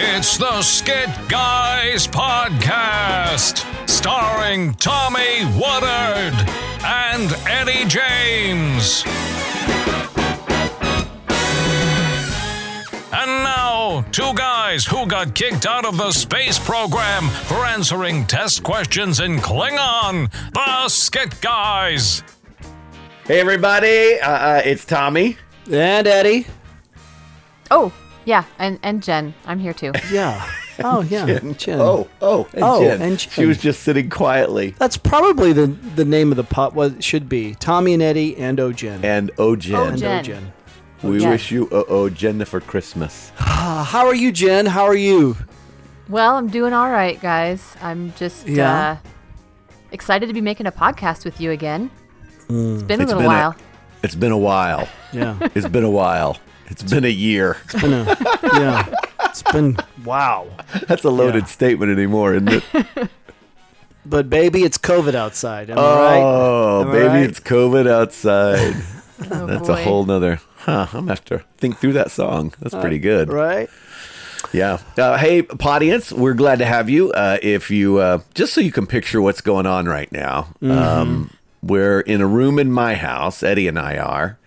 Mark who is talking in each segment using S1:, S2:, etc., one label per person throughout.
S1: It's the Skit Guys Podcast, starring Tommy Woodard and Eddie James. And now, two guys who got kicked out of the space program for answering test questions in Klingon, the Skit Guys.
S2: Hey everybody, uh, uh, it's Tommy.
S3: And Eddie.
S4: Oh, yeah, and and Jen, I'm here too.
S3: Yeah. Oh yeah. Chin.
S2: Oh, oh, and
S3: Oh,
S2: Jen.
S3: and
S2: She
S3: Jen.
S2: was just sitting quietly.
S3: That's probably the the name of the pot was should be Tommy and Eddie and O'Jen.
S2: And oh, Jen,
S4: Oh,
S3: And
S4: Jen.
S3: O'Jen.
S2: we
S4: Jen.
S2: wish you oh, oh, Jen for Christmas.
S3: Uh, how are you, Jen? How are you?
S4: Well, I'm doing all right, guys. I'm just
S3: Yeah.
S4: uh, excited to be making a podcast with you again. It's been a
S2: Mm. It's
S4: little
S2: been a-
S4: while.
S2: It's been a while.
S3: Yeah.
S2: It's been a while. It's been a year.
S3: Been a- yeah. It's been wow.
S2: That's a
S3: Yeah.
S2: loaded statement anymore, isn't it?
S3: But baby, it's COVID outside. Am I right?
S2: Oh,
S3: Am I
S2: baby,
S3: right?
S2: it's COVID outside.
S4: Oh,
S2: That's
S4: boy.
S2: a whole nother. Huh, I'm gonna have to think through that song. That's
S3: Uh,
S2: pretty good.
S3: Right?
S2: Yeah. Uh, hey, audience, we're glad to have you. Uh, if you uh, just so you can picture what's going on right now, um, we're in a room in my house. Eddie and I are.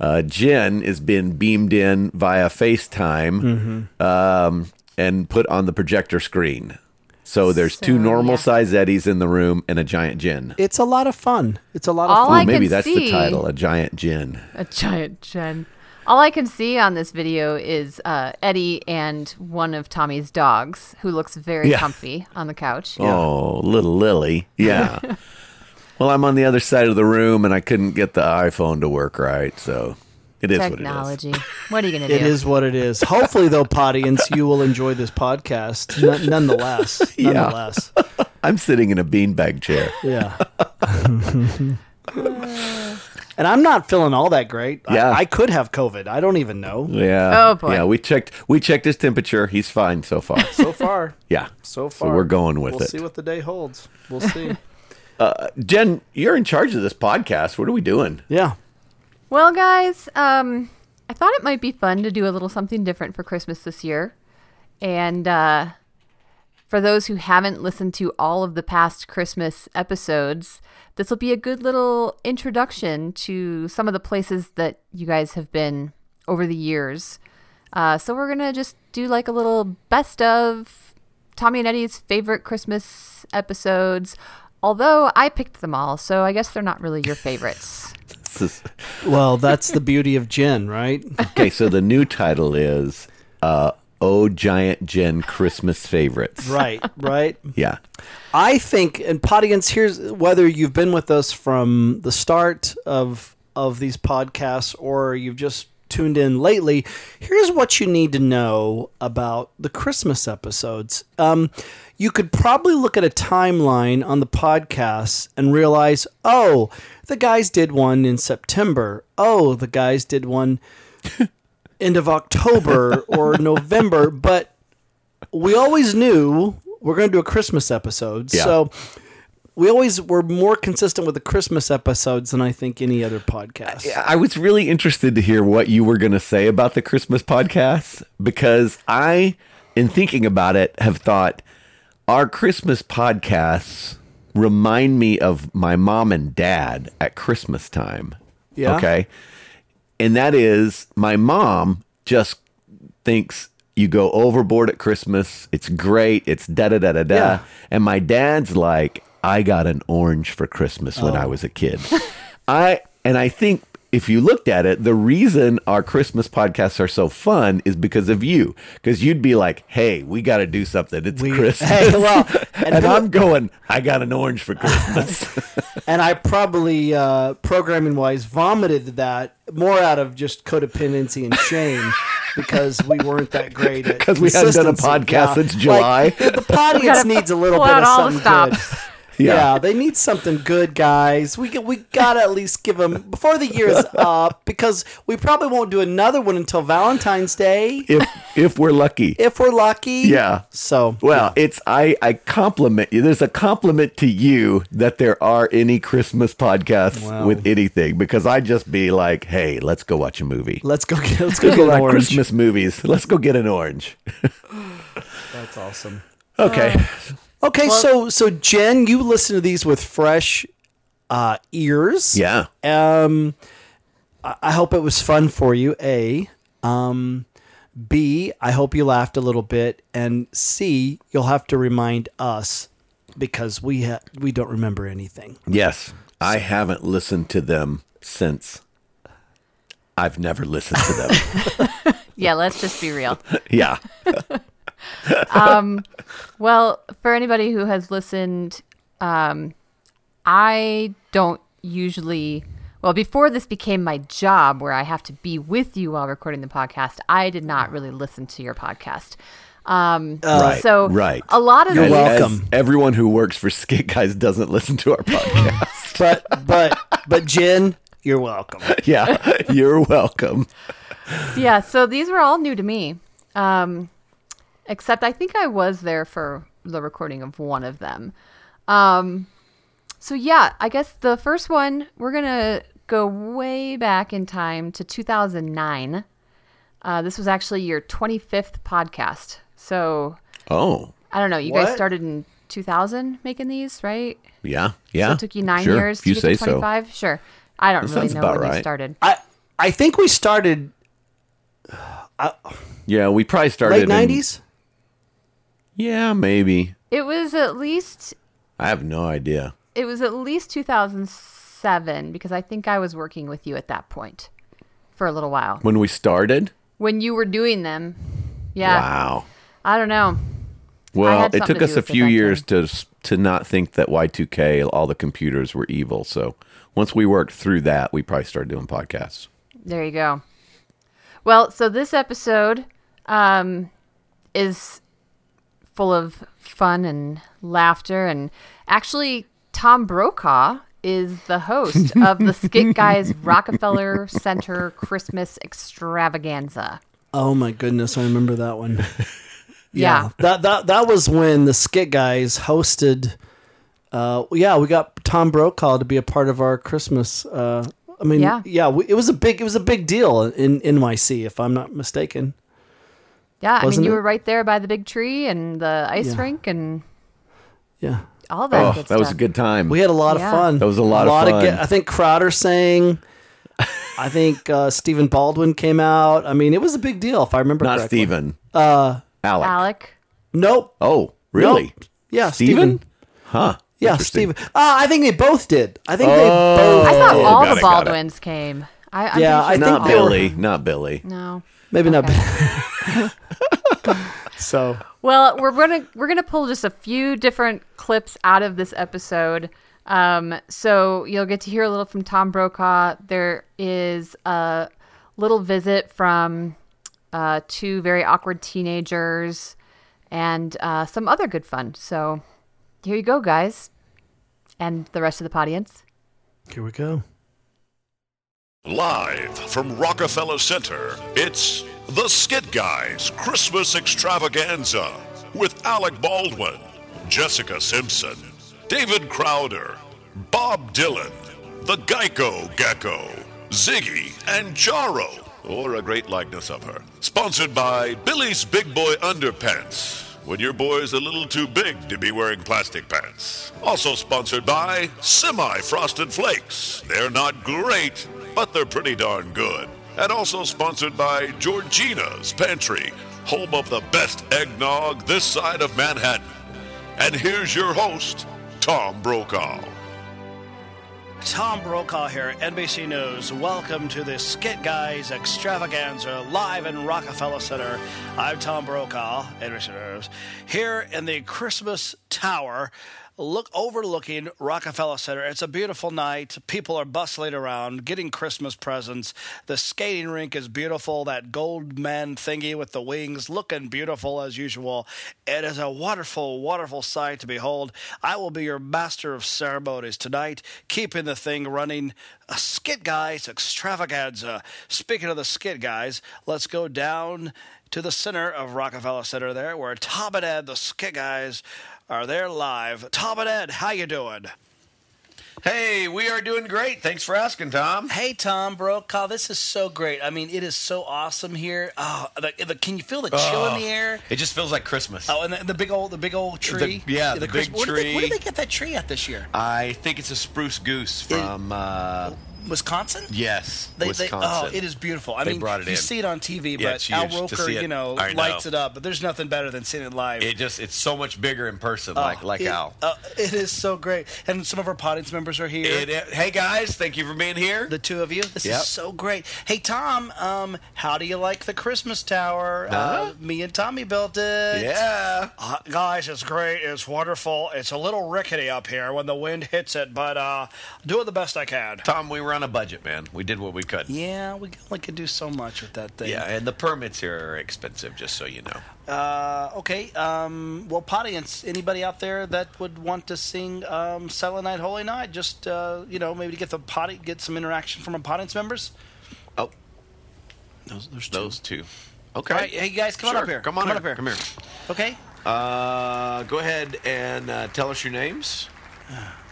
S2: Uh, Jen is being beamed in via FaceTime um, and put on the projector screen. So there's two
S4: So,
S2: normal
S4: yeah.
S2: size Eddies in the room and a giant Jen.
S3: It's a lot of fun. It's a lot of
S4: All
S3: fun.
S4: I
S2: maybe
S4: can
S2: that's the
S4: see-
S2: title, a giant Jen.
S4: A giant Jen. All I can see on this video is uh, Eddie and one of Tommy's dogs, who looks very
S2: Yeah.
S4: comfy on the couch.
S2: Oh, little Lily. Yeah. well, I'm on the other side of the room and I couldn't get the iPhone to work right. So it is what it is.
S4: Technology. What are you gonna do?
S3: It is what it is. Hopefully, though, audience, you will enjoy this podcast N- nonetheless.
S2: Yeah.
S3: Nonetheless.
S2: I'm sitting in a beanbag chair.
S3: Yeah. and I'm not feeling all that great.
S2: Yeah.
S3: I, I could have COVID. I don't even know.
S2: Yeah.
S4: Oh, boy.
S2: Yeah, we checked we checked his temperature. He's fine so far.
S3: So far.
S2: Yeah.
S3: So
S2: So
S3: far.
S2: we're going with
S3: we'll
S2: it.
S3: see what the day holds. We'll see.
S2: Jen, you're in charge of this podcast. What are we doing?
S3: yeah.
S4: Well, guys, um, I thought it might be fun to do a little something different for Christmas this year. And uh, for those who haven't listened to all of the past Christmas episodes, this will be a good little introduction to some of the places that you guys have been over the years. Uh, so we're going to just do like a little best of Tommy and Eddie's favorite Christmas episodes. Although I picked them all, so I guess they're not really your favorites.
S2: This is-
S3: Well, that's the beauty of gin, right?
S2: okay, so the new title is uh Oh Giant Jen Christmas Favorites.
S3: Right, right.
S2: Yeah.
S3: I think, and audience, here's whether you've been with us from the start of of these podcasts or you've just tuned in lately. Here's what you need to know about the Christmas episodes. Um, you could probably look at a timeline on the podcasts and realize, oh, the guys did one in September. Oh, the guys did one end of October or November, but we always knew we're going to do a Christmas episode.
S2: Yeah.
S3: So we always were more consistent with the Christmas episodes than I think any other podcast.
S2: I was really interested to hear what you were going to say about the Christmas podcast because I, in thinking about it, have thought our Christmas podcasts remind me of my mom and dad at Christmas time.
S3: Yeah.
S2: Okay. And that is my mom just thinks you go overboard at Christmas. It's great. It's da da da da da.
S3: Yeah.
S2: And my dad's like, I got an orange for Christmas when
S3: Oh.
S2: I was a kid. I and I think if you looked at it, the reason our Christmas podcasts are so fun is because of you. Because you'd be like, "Hey, we got to do something. It's Christmas,"
S3: Hey, well,
S2: and,
S3: and
S2: I'm going, "I got an orange for Christmas."
S3: And I probably, uh, programming wise, vomited that more out of just codependency and shame because we weren't that great at
S2: Because we hadn't done a
S3: consistency.
S2: podcast since
S3: Like,
S2: July.
S3: the audience needs a little
S4: Pull
S3: bit
S4: out
S3: of
S4: all the
S3: something good.
S4: stops.
S3: Yeah. they need something good, guys. We we gotta at least give them before the year is up because we probably won't do another one until Valentine's Day
S2: If if we're lucky.
S3: if we're lucky.
S2: Yeah.
S3: So
S2: Well, it's I I compliment you. There's a compliment to you that there are any Christmas podcasts
S3: Wow.
S2: with anything because I just be like, hey, let's go watch a movie.
S3: let's go get let's go
S2: Let's
S3: get
S2: go
S3: an
S2: like
S3: orange.
S2: Christmas movies. Let's go get an orange.
S3: That's awesome.
S2: Okay.
S3: Okay, so so Jen, you listen to these with fresh uh, ears.
S2: yeah.
S3: Um, I I hope it was fun for you. A. Um, B. I hope you laughed a little bit, and C. You'll have to remind us because we ha- we don't remember anything.
S2: Yes. I haven't listened to them since. I've never listened to them.
S4: Yeah, let's just be real.
S2: yeah.
S4: Well, for anybody who has listened, um, I don't usually. Well, before this became my job, where I have to be with you while recording the podcast, I did not really listen to your podcast. Um,
S3: Uh,
S2: Right,
S4: so
S2: right.
S4: a lot of
S3: You're
S4: these-
S2: And as
S3: welcome.
S2: everyone who works for Skit Guys doesn't listen to our podcast.
S3: But but but Jen, you're welcome.
S2: yeah. You're welcome.
S4: yeah, so these were all new to me. Um, except I think I was there for the recording of one of them. Um, so yeah, I guess the first one we're gonna go way back in time to 2009. Uh, this was actually your 25th podcast. So
S2: Oh.
S4: I don't know. You
S3: What?
S4: guys started in 2000 making these, right?
S2: Yeah. Yeah.
S4: It took you nine
S2: Sure,
S4: years
S2: if
S4: to
S2: you
S4: get
S2: say
S4: to
S2: so.
S4: 25. Sure. I don't really
S2: sounds
S4: know
S2: about
S4: when you
S2: right.
S4: started.
S3: I I think we started
S2: Yeah, we probably started
S3: late
S2: in-
S3: nineties.
S2: yeah, maybe.
S4: It was at least
S2: I have no idea.
S4: it was at least 2007 because I think I was working with you at that point for a little while
S2: When we started?
S4: when you were doing them. Yeah,
S2: Wow.
S4: I don't know.
S2: Well,
S4: had
S2: it
S4: something
S2: took
S4: to
S2: us
S4: do
S2: a
S4: with it
S2: few
S4: back
S2: years to s- to not think that Y2K all the computers were evil. So, once we worked through that, we probably started doing podcasts.
S4: There you go. Well, so this episode um, is full of fun and laughter, and actually, Tom Brokaw is the host of the Skit Guys Rockefeller Center Christmas Extravaganza.
S3: Oh my goodness, I remember that one.
S4: Yeah.
S3: That that that was when the Skit Guys hosted. Uh, yeah, we got Tom Brokaw to be a part of our Christmas. Uh, I mean, yeah,
S4: Yeah.
S3: we, it was a big it was a big deal in NYC, if I'm not mistaken.
S4: Yeah, I mean,
S3: Wasn't
S4: you
S3: it?
S4: were right there by the big tree and the ice
S3: Yeah.
S4: rink and
S3: Yeah,
S4: all that.
S2: Oh,
S4: good
S2: that was a
S4: stuff.
S2: good time.
S3: we had a lot
S4: Yeah.
S3: of fun.
S2: That was a lot of fun.
S3: ge- I think Crowder sang. I think uh, Stephen Baldwin came out. I mean, it was a big deal, if I remember
S2: not
S3: correctly.
S2: Steven. Uh, Alec.
S4: Alec.
S3: Nope.
S2: Oh, really?
S3: Nope. Yeah,
S2: Steven?
S3: Stephen.
S2: Huh.
S3: Yeah,
S2: Interesting. Oh.
S3: Stephen. Uh, I think they both did. I think they both.
S4: I thought
S3: did.
S4: all the
S2: got it, got it.
S4: Baldwins came. I, I'm pretty sure
S3: Yeah, I
S4: they
S3: think
S2: Not
S4: all-
S3: they were-
S2: Billy. Not Billy.
S4: No.
S3: Maybe not.
S4: Okay.
S3: so
S4: Well, we're gonna we're gonna pull just a few different clips out of this episode. Um, so you'll get to hear a little from Tom Brokaw. There is a little visit from uh, two very awkward teenagers and uh, some other good fun. So here you go, guys, and the rest of the audience.
S3: here we go.
S5: Live from Rockefeller Center, it's The Skid Guys Christmas Extravaganza with Alec Baldwin, Jessica Simpson, David Crowder, Bob Dylan, the Geico Gecko, Ziggy, and Jaro, or a great likeness of her. Sponsored by Billy's Big Boy Underpants. When your boy is a little too big to be wearing plastic pants. Also sponsored by Semi Frosted Flakes. They're not great, but they're pretty darn good. And also sponsored by Georgina's Pantry, home of the best eggnog this side of Manhattan. And here's your host, Tom Brokaw.
S6: Tom Brokaw here, NBC News. Welcome to the Skit Guys Extravaganza live in Rockefeller Center. I'm Tom Brokaw, NBC News, here in the Christmas Tower look overlooking Rockefeller Center. It's a beautiful night. People are bustling around, getting Christmas presents. The skating rink is beautiful. That gold man thingy with the wings looking beautiful as usual. It is a wonderful, wonderful sight to behold. I will be your master of ceremonies tonight, keeping the thing running. A skit guys extravaganza. Speaking of the skit guys, let's go down to the center of Rockefeller Center there, where Tom and Ed, the Skit Guys, are there live. Tom and Ed, how you doing?
S7: Hey, we are doing great. Thanks for asking, Tom.
S6: Hey, Tom Brokaw, this is so great. I mean, it is so awesome here. Oh, the, the, can you feel the chill in the air?
S7: It just feels like Christmas.
S6: Oh, and the, the big old, the big old tree.
S7: The- yeah, the
S6: Christ-
S7: big
S6: where Did they, where did
S7: tree.
S6: they get that tree at this year?
S7: I think it's a spruce goose from uh,
S6: Wisconsin.
S7: yes,
S6: They, they,
S7: Wisconsin.
S6: oh, it is beautiful. I
S7: They
S6: mean,
S7: brought it
S6: you
S7: in.
S6: see it on TV,
S7: Yeah,
S6: but
S7: it's
S6: Al
S7: huge to
S6: Roker,
S7: see it.
S6: you know,
S7: I know.
S6: lights it up. But there's nothing better than seeing it live.
S7: It just it's so much bigger in person, like like
S6: Oh, it,
S7: Al.
S6: uh, it is so great, and some of our audience members are here.
S7: It- it- hey guys, thank you for being here.
S6: the two of you, this
S7: Yep.
S6: is so great. Hey Tom, um, how do you like the Christmas tower? Uh, me and Tommy built it.
S7: yeah,
S6: Uh, guys, it's great. It's wonderful. It's a little rickety up here when the wind hits it, but uh, doing the best I can.
S7: Tom, we were on a budget, man. We did what we could. Yeah.
S6: Yeah, we only could do so much with that thing.
S7: and the permits here are expensive, just so you know.
S6: Uh, okay. Um, well, audience, anybody out there that would want to sing um, "Silent Night, Holy Night," just uh, you know, maybe to get the potty, get some interaction from our audience members.
S7: Oh,
S6: Those, there's
S7: those two. Okay.
S6: All right, hey guys, come on
S7: Sure.
S6: up here.
S7: Come on,
S6: up
S7: here.
S6: here.
S7: Come here.
S6: Okay.
S7: Uh, go ahead and uh, tell us your names.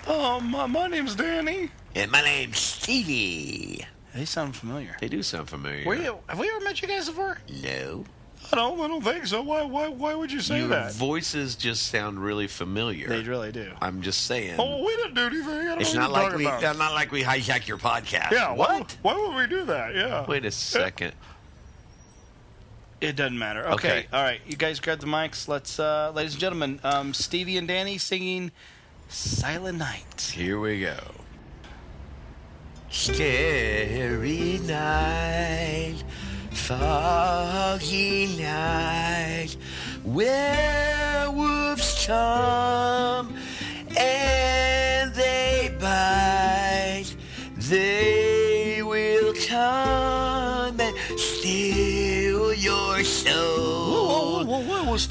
S6: Oh, my, my name's Danny.
S7: And my name's Stevie.
S6: They sound familiar.
S7: They do sound familiar.
S6: Were you, have we ever met you guys before?
S7: No.
S6: I don't. I don't think so. Why? Why? Why would you say
S7: Your voices just sound really familiar.
S6: they really do.
S7: I'm just saying.
S6: oh, we didn't do anything. I don't
S7: it's
S6: know
S7: not
S6: what you're
S7: like we.
S6: talking about.
S7: Not like we hijack your podcast.
S6: Yeah.
S7: What?
S6: What? Why, would we do that? Yeah.
S7: Wait a second.
S6: It doesn't matter. Okay.
S7: Okay.
S6: All right. You guys grab the mics. Let's, uh, ladies and gentlemen, um, Stevie and Danny singing "Silent Night."
S7: Here we go. Scary night, foggy night, werewolves come and they bite. They will come and steal your soul.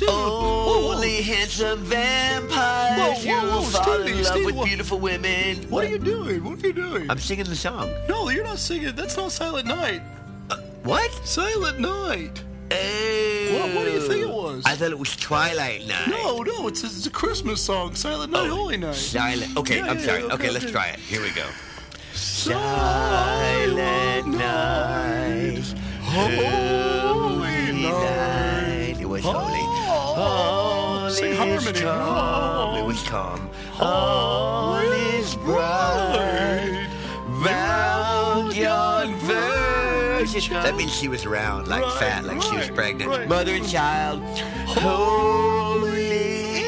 S7: Only handsome vampires
S6: Whoa, whoa, whoa,
S7: who fall
S6: Stevie,
S7: in love
S6: Stevie,
S7: with
S6: what-
S7: beautiful women.
S6: What are you doing? What are you doing?
S7: I'm singing the song.
S6: no, you're not singing. That's not "Silent Night."
S7: Uh, What?
S6: "Silent Night."
S7: Oh.
S6: What- what do you think it was?
S7: I thought it was Twilight Night. Oh.
S6: no, it's a, it's a Christmas song. "Silent Night, Holy Night."
S7: Silent. Okay,
S6: Yeah,
S7: I'm
S6: yeah,
S7: sorry.
S6: yeah,
S7: Okay,
S6: okay,
S7: let's
S6: okay.
S7: try it. Here we go. Silent night, holy night. It was holy. All
S6: Oh. Sing
S7: is
S6: harmony. Oh,
S7: calm. It was calm. All is bright. Round yon virgin. That means she was round, like fat, like she was
S6: right,
S7: pregnant.
S6: right.
S7: Mother and child. Holy.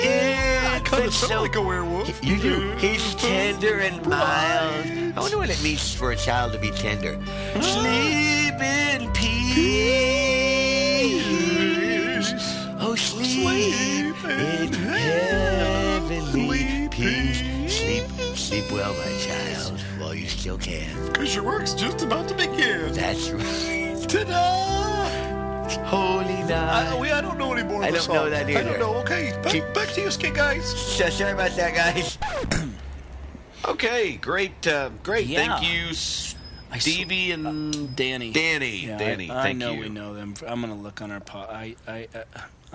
S6: I kind of
S7: infant,
S6: sound
S7: so
S6: like a werewolf.
S7: you do. He's tender and mild. I wonder what it means for a child to be tender. Sleep in peace. Oh, sleep, in heavenly peace. Sleep, sleep well, my child, while you still can.
S6: Because your work's just about to begin.
S7: That's right.
S6: Ta-da!
S7: Holy
S6: I,
S7: night.
S6: we, I don't know anymore.
S7: Oh, I
S6: of the
S7: don't know
S6: song.
S7: that
S6: I
S7: either.
S6: don't know. Okay, back,
S7: Keep-
S6: back to you, skit guys.
S7: So sorry about that, guys. okay, great, uh, great.
S6: Yeah.
S7: Thank you, Stevie and
S3: uh,
S6: Danny.
S7: Danny.
S6: Yeah,
S7: Danny,
S6: I, I
S7: thank
S6: know
S7: you.
S6: we know them. I'm gonna look on our pod. I, I, I,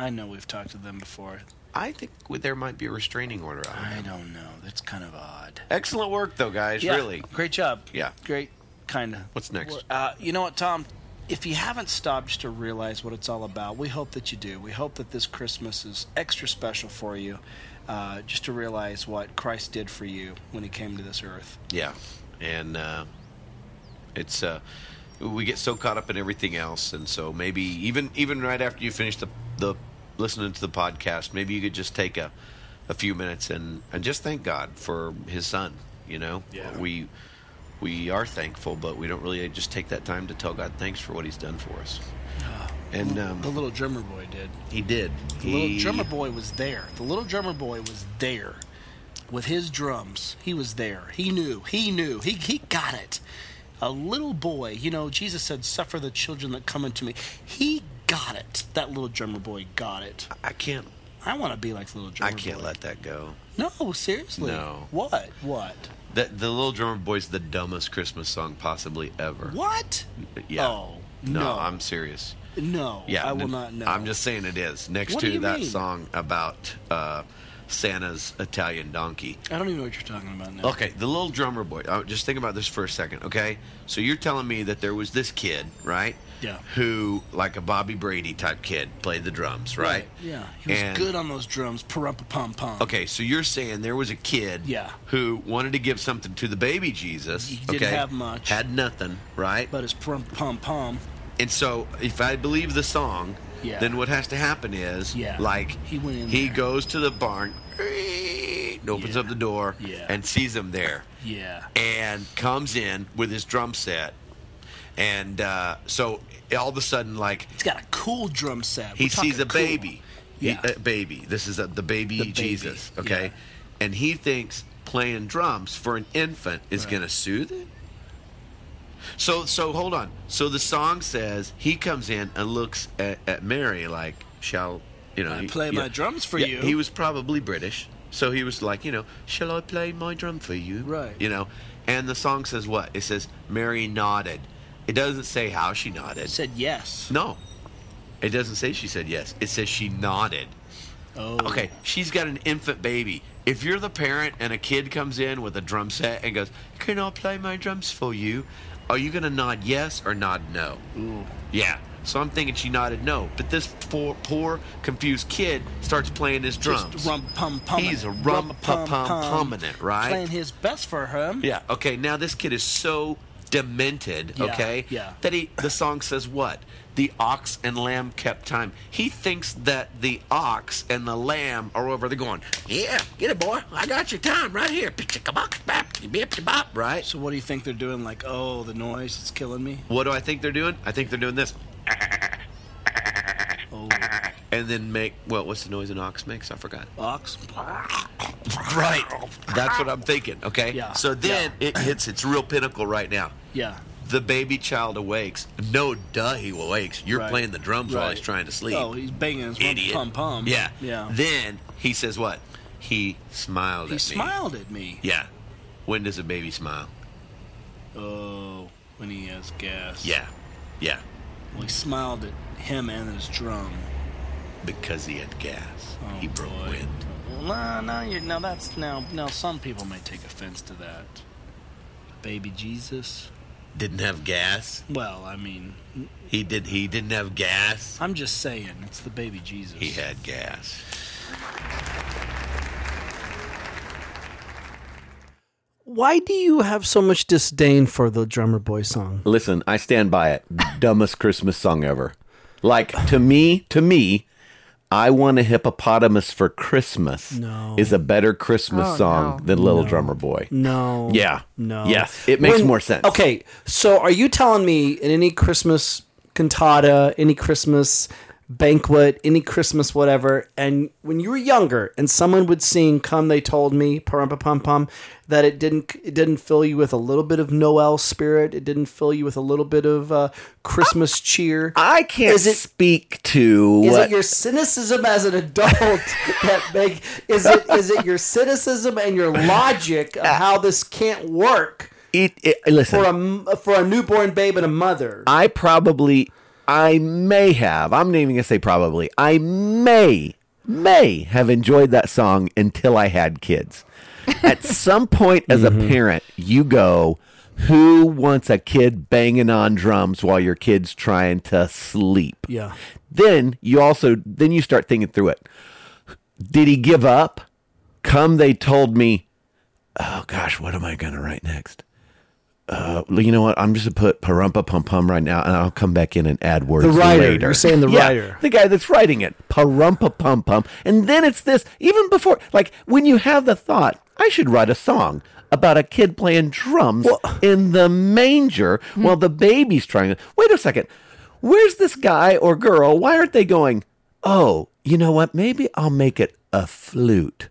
S6: I know we've talked to them before.
S7: I think w- there might be a restraining order out.
S6: I don't know. That's kind of odd.
S7: Excellent work, though, guys.
S6: Yeah,
S7: Really.
S6: great job.
S7: Yeah.
S6: great. Kind of.
S7: What's next?
S6: Uh, you know what, Tom? If you haven't stopped just to realize what it's all about, we hope that you do. We hope that this Christmas is extra special for you, uh, just to realize what Christ did for you when He came to this earth.
S7: Yeah, and uh, it's uh, we get so caught up in everything else, and so maybe even even right after you finish the the listening to the podcast, maybe you could just take a a few minutes and and just thank God for His Son. You know,
S6: Yeah.
S7: we we are thankful, but we don't really just take that time to tell God thanks for what He's done for us. And um,
S6: The little drummer boy did.
S7: he did.
S6: The
S7: He-
S6: little drummer boy was there. The little drummer boy was there.
S8: with his drums. He was there. He knew. He knew. He, he got it. A little boy, you know, Jesus said, Suffer the children that come unto me. He got it. That little drummer boy got it.
S2: I can't.
S8: I want to be like the little drummer
S2: I can't
S8: boy.
S2: let that go.
S8: No, seriously.
S2: No.
S8: What? What?
S2: The, the little drummer boy's the dumbest Christmas song possibly ever.
S8: What?
S2: Yeah.
S8: Oh,
S2: no,
S8: no.
S2: I'm serious.
S8: No.
S2: Yeah,
S8: I will
S2: n-
S8: not know.
S2: I'm just saying it is next
S8: What do
S2: to
S8: you
S2: that
S8: mean?
S2: song about uh, Santa's Italian donkey.
S8: I don't even know what you're talking about now.
S2: Okay, the little drummer boy. Uh, just think about this for a second, okay? So you're telling me that there was this kid, right?
S8: Yeah.
S2: Who, like a Bobby Brady type kid, played the drums, right?
S8: Yeah. He was
S2: And-
S8: good on those drums. Parumpa pum pum.
S2: Okay, so you're saying there was a kid
S8: Yeah.
S2: who wanted to give something to the baby Jesus.
S8: He didn't
S2: okay,
S8: have much.
S2: Had nothing, right?
S8: But it's parumpa pum pum.
S2: And so, if I believe the song,
S8: Yeah.
S2: then what has to happen is,
S8: Yeah.
S2: like,
S8: He went in
S2: he
S8: there.
S2: goes to the barn, and opens
S8: Yeah.
S2: up the door,
S8: Yeah.
S2: and sees him there,
S8: Yeah.
S2: and comes in with his drum set. And uh, so, all of a sudden, like,
S8: He's got a cool drum set.
S2: he
S8: We're talking
S2: sees a
S8: cool.
S2: baby. He-
S8: Yeah.
S2: a baby. This is a, the baby
S8: The baby,
S2: Jesus, okay?
S8: yeah.
S2: And he thinks playing drums for an infant is going to soothe it? So, so hold on. So the song says he comes in and looks at, at Mary like, "Shall you know?
S8: I
S2: he-
S8: play my drums for you.
S2: He was probably British, so he was like, you know, "Shall I play my drum for you?
S8: Right.
S2: You know. And the song says what? It says Mary nodded. It doesn't say how she nodded.
S8: said yes.
S2: No. It doesn't say she said yes. It says she nodded.
S8: Oh.
S2: Okay, she's got an infant baby. If you're the parent and a kid comes in with a drum set and goes, Can I play my drums for you? Are you going to nod yes or nod no? Ooh. Yeah. So I'm thinking she nodded no. But this poor, poor confused kid starts playing his drums.
S8: Just rum pum pum.
S2: He's a rum pum pum puminant, right?
S8: Playing his best for him.
S2: Yeah. Okay. Now this kid is so demented.
S8: Yeah,
S2: okay.
S8: yeah.
S2: That he the song says what? The ox and lamb kept time. He thinks that the ox and the lamb are over there going, yeah, get it, boy. I got your time right here. Pitch-a-kabop-bop-bip-bop," Right.
S8: So what do you think they're doing? Like, oh, the noise is killing me.
S2: What do I think they're doing? I think they're doing this. And then make well, what's the noise an ox makes? I forgot.
S8: Ox.
S2: Right. That's what I'm thinking. Okay.
S8: Yeah,
S2: So then it hits its real pinnacle right now.
S8: Yeah.
S2: The baby child awakes. No, duh, he awakes. You're
S8: Right.
S2: playing the drums while he's
S8: Right.
S2: trying to sleep.
S8: Oh, he's banging his rum
S2: Idiot.
S8: pum pum.
S2: Yeah.
S8: Yeah.
S2: Then he says what? He smiled
S8: he
S2: at
S8: smiled at me.
S2: me. Yeah. When does a baby smile?
S8: Oh, when he has gas.
S2: Yeah. Yeah.
S8: Well, he smiled at him and his drum.
S2: Because he had gas.
S8: Oh,
S2: he broke
S8: boy.
S2: wind.
S8: Well, No, no, you now that's now now some people may take offense to that. Baby Jesus.
S2: Didn't have gas.
S8: Well, I mean,
S2: He did he didn't have gas.
S8: I'm just saying it's the baby Jesus.
S2: He had gas.
S3: Why do you have so much disdain for the drummer boy song?
S7: Listen, I stand by it. Dumbest Christmas song ever. Like to me, to me, I want a hippopotamus for Christmas
S3: No.
S7: is a better Christmas
S9: Oh,
S7: song
S9: no.
S7: than Little Drummer Boy.
S3: No.
S7: Yeah.
S3: No.
S7: Yes, it makes
S3: When-
S7: more sense.
S3: Okay. So are you telling me in any Christmas cantata, any Christmas banquet, any Christmas whatever, and when you were younger and someone would sing Come They Told Me, Parumpa Pum Pum, that it didn't it didn't fill you with a little bit of Noel spirit, it didn't fill you with a little bit of uh, Christmas cheer?
S7: I can't
S3: Is it-
S7: speak to
S3: Is
S7: what
S3: it your cynicism as an adult that make is it is it your cynicism and your logic
S7: Ah.
S3: of how this can't work
S7: it, it- listen.
S3: for a m- for a newborn babe and a mother?
S7: I probably, I may have, I'm not even going to say probably, I may, may have enjoyed that song until I had kids. At some point as
S3: Mm-hmm.
S7: a parent, you go, who wants a kid banging on drums while your kid's trying to sleep?
S3: Yeah.
S7: Then you also, then you start thinking through it. Did he give up? Come, they told me, oh gosh, what am I going to write next? Uh, you know what? I'm just gonna put parumpa pum pum right now, and I'll come back in and add words.
S3: The writer.
S7: later.
S3: You're saying the
S7: Yeah,
S3: writer.
S7: the guy that's writing it, parumpa pum pum, and then it's this. Even before, like when you have the thought, I should write a song about a kid playing drums in the manger while the baby's trying to. Wait a second, where's this guy or girl? Why aren't they going? Oh, you know what? Maybe I'll make it a flute.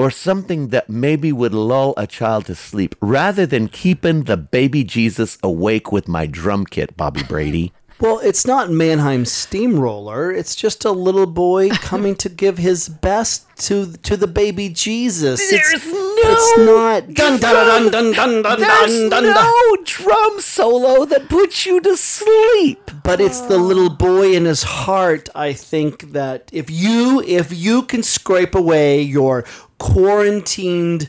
S2: or something that maybe would lull a child to sleep rather than keeping the baby Jesus awake with my drum kit, Bobby Brady.
S3: Well, it's not Mannheim Steamroller. It's just a little boy coming to give his best to to the baby Jesus. There's it's,
S2: no
S3: It's not. Dun dun dun dun dun dun
S2: There's
S3: dun dun. dun.
S2: no drum solo that puts you to sleep.
S3: But it's the little boy in his heart. I think that if you if you can scrape away your quarantined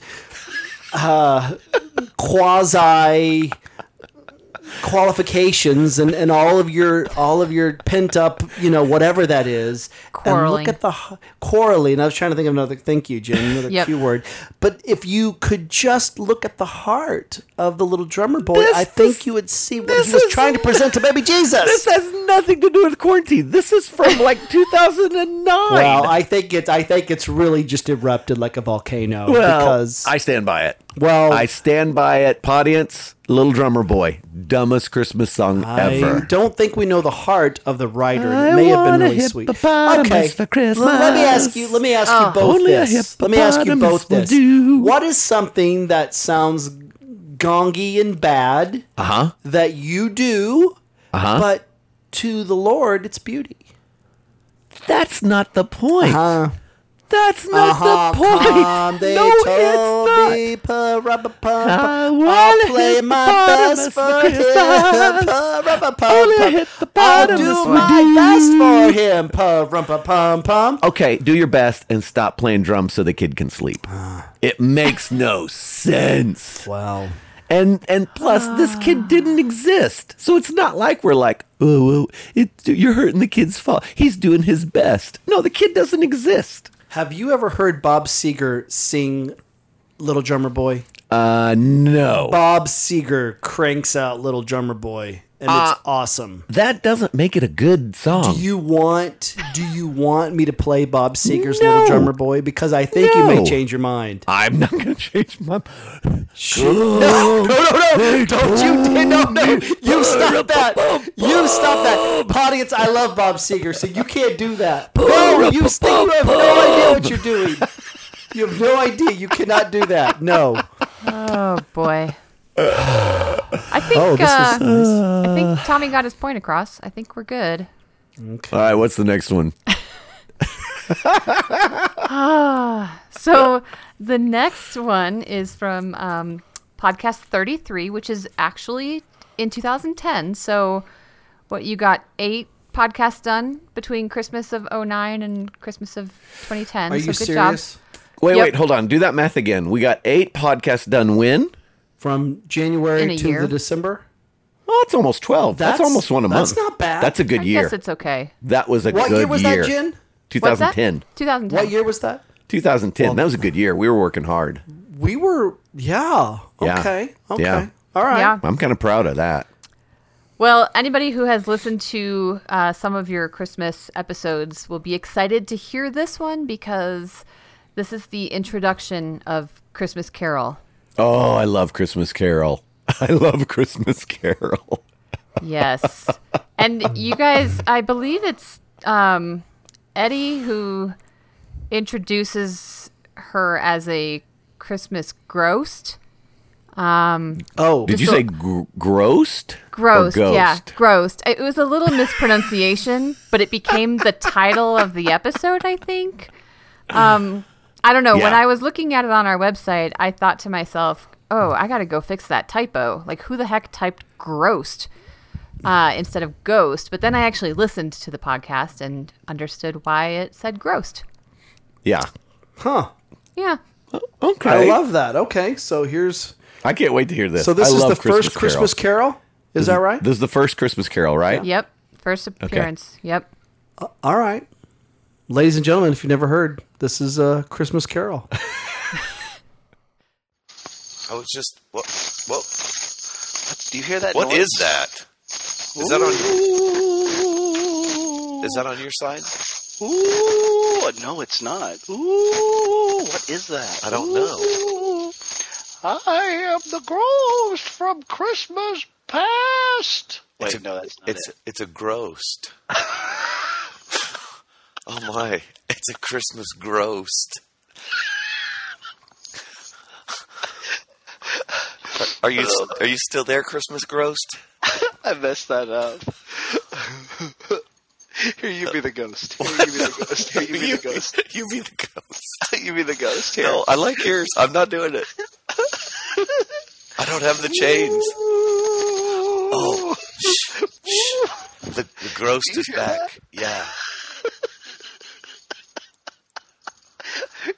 S3: uh, quasi qualifications and, and all of your all of your pent up you know whatever that is and
S4: Quarreling.
S3: look at the h- quarreling i was trying to think of another thank you jim another
S4: Yep.
S3: cue word but if you could just look at the heart of the little drummer boy i think you would see what he
S2: this
S3: was
S2: is-
S3: trying to present to baby jesus
S2: This has nothing to do with quarantine. This is from like 2009.
S3: Well, I think it's I think it's really just erupted like a volcano
S2: Well,
S3: because
S2: I stand by it.
S3: Well-
S2: I stand by it. Audience, Little Drummer Boy, dumbest Christmas song
S3: I
S2: ever.
S3: don't think we know the heart of the writer. and It may have been
S2: want a
S3: really sweet.
S2: hippopotamus for Christmas.
S3: let me ask you. Let me ask you both
S2: Only a
S3: this. Let me ask you
S2: hippopotamus
S3: both
S2: will
S3: this.
S2: do.
S3: What is something that sounds gongy and bad
S2: Huh?
S3: that you do,
S2: Uh-huh.
S3: but to the Lord it's beauty?
S2: That's not the point.
S3: Uh,
S2: That's not the point.
S3: Uh-huh, Come, they
S2: no, it's
S3: told
S2: not.
S3: me, pa-ra-pa-pa-pa,
S2: I
S3: I'll
S2: wanna
S3: play
S2: hit the
S3: my
S2: bottom
S3: best
S2: of
S3: for
S2: the
S3: him.
S2: stars.
S3: pa-ra-pa-pa-pa.
S2: Only hit the
S3: I'll
S2: bottom
S3: do
S2: is
S3: my
S2: what-
S3: best for him. Pa-rum-pa-pum-pum.
S2: Okay, do your best and stop playing drums so the kid can sleep. It makes no sense.
S3: Wow.
S2: And and plus, this kid didn't exist, so it's not like we're like, oh, oh, it, you're hurting the kid's fault. He's doing his best. No, the kid doesn't exist.
S3: Have you ever heard Bob Seger sing Little Drummer Boy?
S2: Uh, no,
S3: Bob Seger cranks out Little Drummer Boy, and
S2: Uh,
S3: it's awesome.
S2: that doesn't make it a good song.
S3: Do you want do you want me to play Bob Seger's Little
S2: No.
S3: Drummer Boy? Because I think you may
S2: No.
S3: change your mind.
S2: I'm not gonna change my.
S3: No, no, no, no. Don't you no no you stop that. You stop that. Audience, I love Bob Seger, so you can't do that. No, you think you have no idea what you're doing. You have no idea. You cannot do that. No.
S4: Oh boy. I think uh, I think Tommy got his point across. I think we're good.
S2: All right, what's the next one?
S4: So the next one is from um, podcast 33, which is actually in 2010. So what you got eight podcasts done between Christmas of 09 and Christmas of 2010. so
S3: Are you
S4: good
S3: serious?
S4: job.
S2: Wait,
S4: Yep.
S2: wait, hold on. Do that math again. We got eight podcasts done. When?
S3: From
S4: In
S3: January
S4: a
S3: to
S4: year?
S3: the December?
S2: Well, that's almost twelve. That's,
S3: That's-
S2: almost one a month.
S3: that's not bad.
S2: That's a good
S4: I
S2: year.
S4: guess it's okay.
S2: That was a
S3: What
S2: good
S3: year was that, Jen?
S4: What's that?
S2: 2010.
S4: 2010.
S3: What year was that?
S2: 2010. that was a good year. We were working hard.
S3: We were yeah.
S2: Yeah.
S3: Okay. Okay.
S2: Yeah.
S3: All right.
S4: Yeah.
S2: I'm kind of proud of that.
S4: Well, anybody who has listened to uh, some of your Christmas episodes will be excited to hear this one because this is the introduction of Christmas Carol.
S2: Oh, I love Christmas Carol. I love Christmas Carol.
S4: Yes. and you guys, I believe it's um, Eddie who introduces her as a Christmas ghost.
S3: Oh,
S2: Did you
S4: Just a-
S2: say gr- grossed? Or
S4: Gross, yeah,
S2: ghost?
S4: grossed. It was a little mispronunciation, but it became the title of the episode, I think. Um, I don't know. When
S2: Yeah.
S4: I was looking at it on our website, I thought to myself, "Oh, I got to go fix that typo. Like, who the heck typed grossed uh, instead of ghost?" But then I actually listened to the podcast and understood why it said grossed.
S2: Yeah.
S3: huh.
S4: Yeah,
S2: Okay.
S3: I love that. Okay. So here's
S2: I can't wait to hear this.
S3: So this
S2: I
S3: is
S2: love
S3: the first Christmas
S2: Carol.
S3: Carol. Is that right?
S2: This is the first Christmas Carol, right?
S4: yep. First appearance. Yep.
S3: All right, ladies and gentlemen, if you've never heard, this is a Christmas Carol.
S10: I was just.
S11: What? What?
S10: Do you hear that?
S11: What
S10: noise?
S11: is that? Is that on? your- Is that on your side?
S10: Ooh, no, it's not. Ooh, what is that?
S11: I don't know.
S10: Ooh, I am the ghost from Christmas past. Wait,
S11: It's a-
S10: no, that's not
S11: It's
S10: it.
S11: it's a grossed. oh my! It's a Christmas grossed.
S2: Are you are you still there, Christmas Grossed?
S10: I messed that up. Here you be the ghost. Here you be the ghost. Here you be the ghost.
S2: you be the ghost.
S10: You be the ghost. Here.
S2: No, I like yours. I'm not doing it. I don't have the chains. Oh, shh, shh. The, the Grossed is back. Yeah.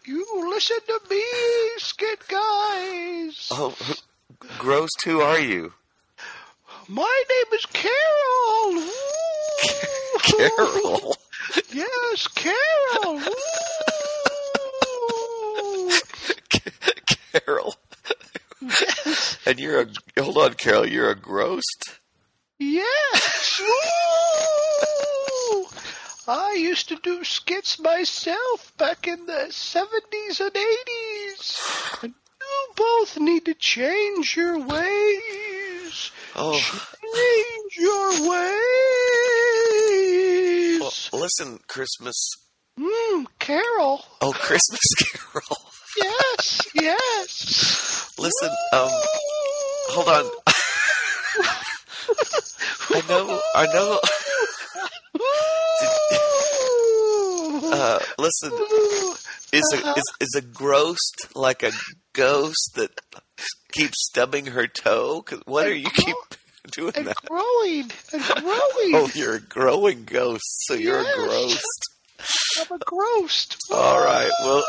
S10: You listen to me, skid guys.
S2: Oh, Grossed, who are you?
S10: My name is Carol. Ooh.
S2: Carol.
S10: Yes, Carol. Ooh.
S2: Carol. and you're a hold on, Carol. You're a grossed.
S10: Yes. Ooh. I used to do skits myself back in the 70s and 80s. And you both need to change your ways.
S2: Oh,
S10: Change your ways.
S2: well, listen, Christmas.
S10: Mm, Carol.
S2: Oh, Christmas Carol.
S10: Yes, yes.
S2: Listen, um, hold on. I know, I know. uh, listen, is a is, is a ghost like a ghost that keeps stubbing her toe? 'Cause What are you keep doing that?
S10: Growing and growing.
S2: Oh, you're a growing ghost, so you're
S10: Yes.
S2: a ghost.
S10: I'm a grossed.
S2: All right, well,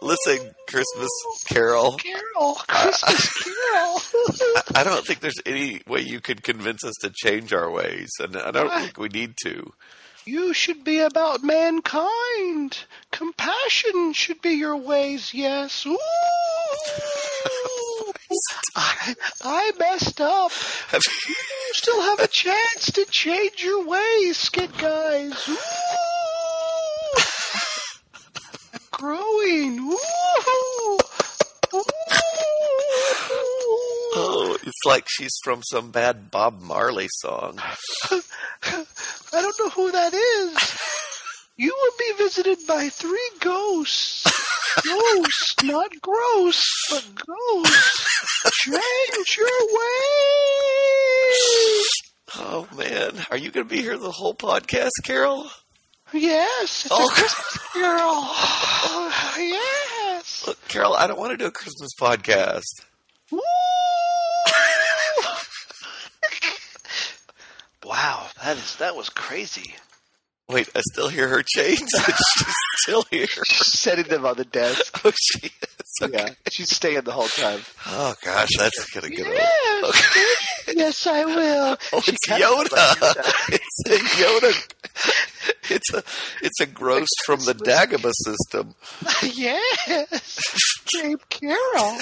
S2: listen, Christmas Carol. Uh,
S10: Carol, Christmas Carol.
S2: I don't think there's any way you could convince us to change our ways, and I don't think we need to.
S10: You should be about mankind. Compassion should be your ways, yes. Ooh. I, I messed up. You still have a chance to change your ways, skit guys. Ooh. Growing. Ooh. Ooh.
S2: Oh, it's like she's from some bad Bob Marley song.
S10: I don't know who that is. You will be visited by three ghosts. Ghosts, not gross, but ghosts. Change your way.
S2: Oh man, are you going to be here the whole podcast, Carol?
S10: Yes, it's
S2: Oh.
S10: a Christmas girl. Oh, Yes.
S2: Look, Carol, I don't want to do a Christmas podcast.
S10: Wow, that is that was crazy.
S2: Wait, I still hear her chains. she's still here.
S10: She's setting them on the desk.
S2: Oh, she is. Okay.
S10: Yeah, she's staying the whole time.
S2: Oh gosh, that's gonna get old.
S10: yes, I will.
S2: Oh, it's Yoda. It's a Yoda. It's a it's a gross from the Dagobah system.
S10: yes, Dave Carroll.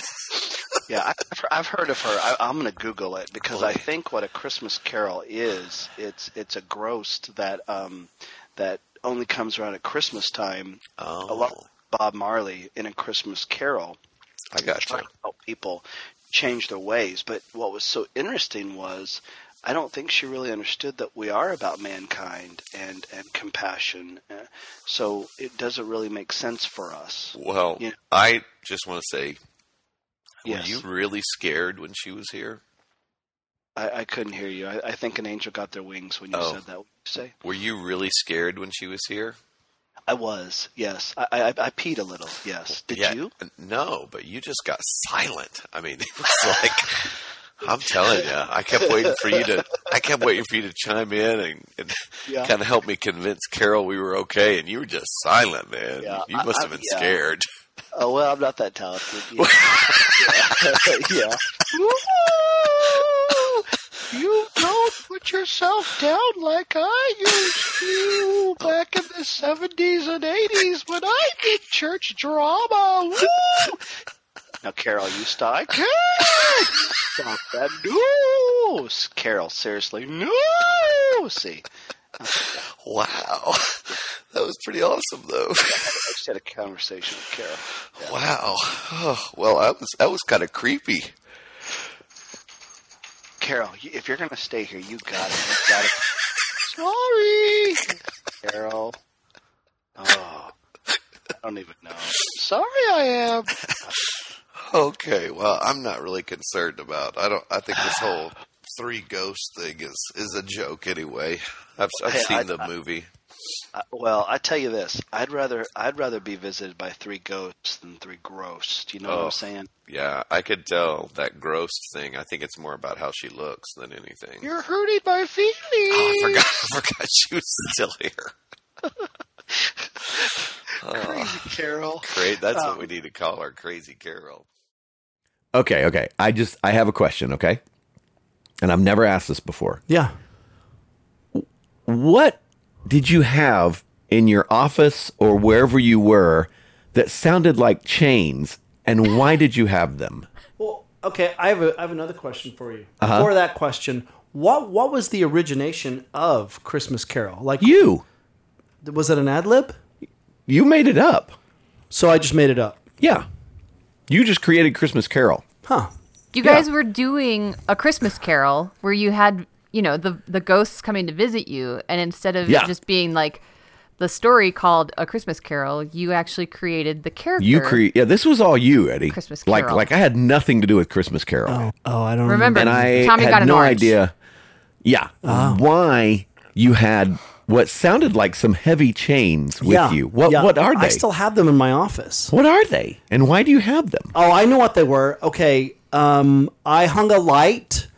S10: Yeah, I've, I've heard of her. I, I'm going to Google it because I think what a Christmas Carol is, it's it's a groast that um that only comes around at Christmas time. uh,
S2: Oh.
S10: A lot Bob Marley in a Christmas Carol
S2: I got you.
S10: trying to help people change their ways. But what was so interesting was I don't think she really understood that we are about mankind and and compassion. Uh, So it doesn't really make sense for us.
S2: Well,
S10: Yeah.
S2: I just want to say, were
S10: Yes.
S2: you really scared when she was here?
S10: I, I couldn't hear you. I, I think an angel got their wings when you
S2: Oh.
S10: said that. What did you say?
S2: Were you really scared when she was here?
S10: I was. Yes. I, I, I peed a little. Yes. Did
S2: Yeah.
S10: you?
S2: N- No, but you just got silent. I mean, it was like I'm telling you, I kept waiting for you to I kept waiting for you to chime in and, and
S10: Yeah.
S2: kind of help me convince Carol we were okay, and you were just silent, man.
S10: Yeah,
S2: You
S10: I-
S2: must
S10: I-
S2: have been
S10: yeah.
S2: scared.
S10: Oh well, I'm not that talented. Yeah. yeah. You don't put yourself down like I used to back in the seventies and eighties when I did church drama. Woo! Now, Carol, you stop. I can't stop that. No, Carol, seriously, no. See,
S2: Wow, that was pretty awesome, though.
S10: I just had a conversation with Carol.
S2: Wow. Oh, well, that was that was kind of creepy.
S10: Carol, you- if you're gonna stay here, you got it. You got it. Sorry, Carol. Oh, I don't even know. Sorry, I am.
S11: Okay, well, I'm not really concerned about. I don't. I think this whole three ghosts thing is is a joke anyway. I've, I've
S10: Hey,
S11: seen
S10: I-
S11: the
S10: I-
S11: movie.
S10: Uh, well, I tell you this, I'd rather I'd rather be visited by three ghosts than three gross. Do you know what
S11: Oh.
S10: I'm saying?
S11: Yeah, I could tell that gross thing. I think it's more about how she looks than anything.
S10: You're hurting my feelings.
S11: Oh, I forgot. I forgot she was still here. oh,
S10: Carol.
S11: great. That's
S10: Oh.
S11: what we need to call her, Crazy Carol.
S2: Okay, okay. I just I have a question, okay? And I've never asked this before.
S3: Yeah.
S2: What did you have in your office or wherever you were that sounded like chains and why did you have them?
S3: Well, okay. I have a, I have another question for you. Before that question, what what was the origination of Christmas Carol? Like,
S2: You.
S3: was it an ad lib?
S2: You made it up.
S3: So I just made it up.
S2: Yeah. You just created Christmas Carol.
S3: Huh.
S4: You guys were doing a Christmas Carol where you had, you know, the the ghosts coming to visit you, and instead of
S2: Yeah.
S4: just being like the story called a Christmas Carol, you actually created the character.
S2: You create Yeah, this was all you, Eddie.
S4: Christmas
S2: Like
S4: Carol.
S2: like I had nothing to do with Christmas Carol.
S3: Oh, I don't
S4: Remember,
S2: and I
S4: Tommy
S2: had
S4: got an
S2: no
S4: orange.
S2: idea. Yeah, why you had what sounded like some heavy chains with
S3: Yeah,
S2: you? What
S3: yeah.
S2: what are they?
S3: I still have them in my office.
S2: what are they? And why do you have them?
S3: Oh, I know what they were. Okay, um, I hung a light.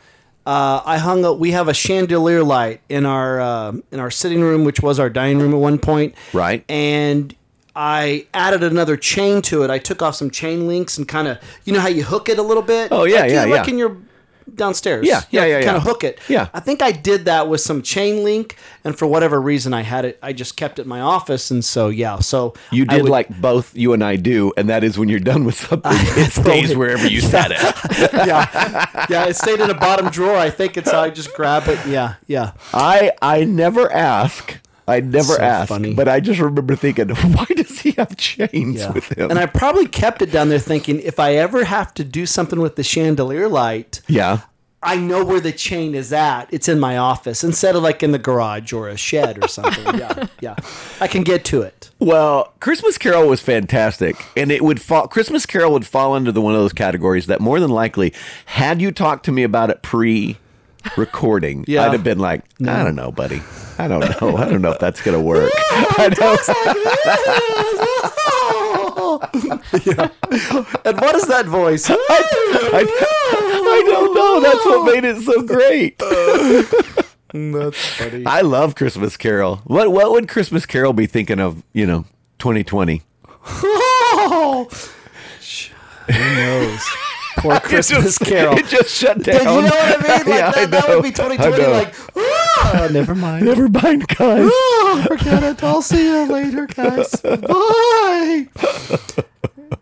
S3: Uh, I hung a. We have a chandelier light in our um in our sitting room, which was our dining room at one point.
S2: Right.
S3: And I added another chain to it. I took off some chain links and kind of, you know, how you hook it a little bit.
S2: Oh, yeah,
S3: like,
S2: yeah,
S3: like
S2: yeah.
S3: in your downstairs.
S2: Yeah, yeah, yeah,
S3: Kind
S2: yeah.
S3: of hook it.
S2: Yeah.
S3: I think I did that with some chain link, and for whatever reason, I had it. I just kept it in my office, and so yeah. So
S2: You
S3: I
S2: did
S3: would-
S2: like both you and I do, and that is when you're done with something, it stays wherever you set it.
S3: yeah, yeah. It stayed in a bottom drawer. I think it's how I just grab it. Yeah, yeah.
S2: I I never ask. I never
S3: So
S2: ask,
S3: funny.
S2: but I just remember thinking, why does he have chains
S3: yeah.
S2: with him?
S3: And I probably kept it down there, thinking if I ever have to do something with the chandelier light,
S2: yeah,
S3: I know where the chain is at. It's in my office instead of like in the garage or a shed or something. yeah, yeah. I can get to it.
S2: Well, Christmas Carol was fantastic, and it would fall. Christmas Carol would fall into the one of those categories that more than likely, had you talked to me about it pre-recording,
S3: Yeah.
S2: I'd have been like, I don't know, buddy. I don't know. I don't know if that's gonna work. I don't.
S3: And what is that voice?
S2: I, I don't know. That's what made it so great.
S3: That's funny.
S2: I love Christmas Carol. What What would Christmas Carol be thinking of? You know, 2020.
S3: Oh, who knows? Poor Christmas Carol.
S2: It just shut down.
S3: Yeah, you know what I mean? Like
S2: Yeah,
S3: that,
S2: I
S3: that
S2: know.
S3: would be 2020.
S2: I know.
S3: Like, ah, never mind.
S2: Never mind, guys.
S3: Oh, forget it. I'll see you later, guys. Bye.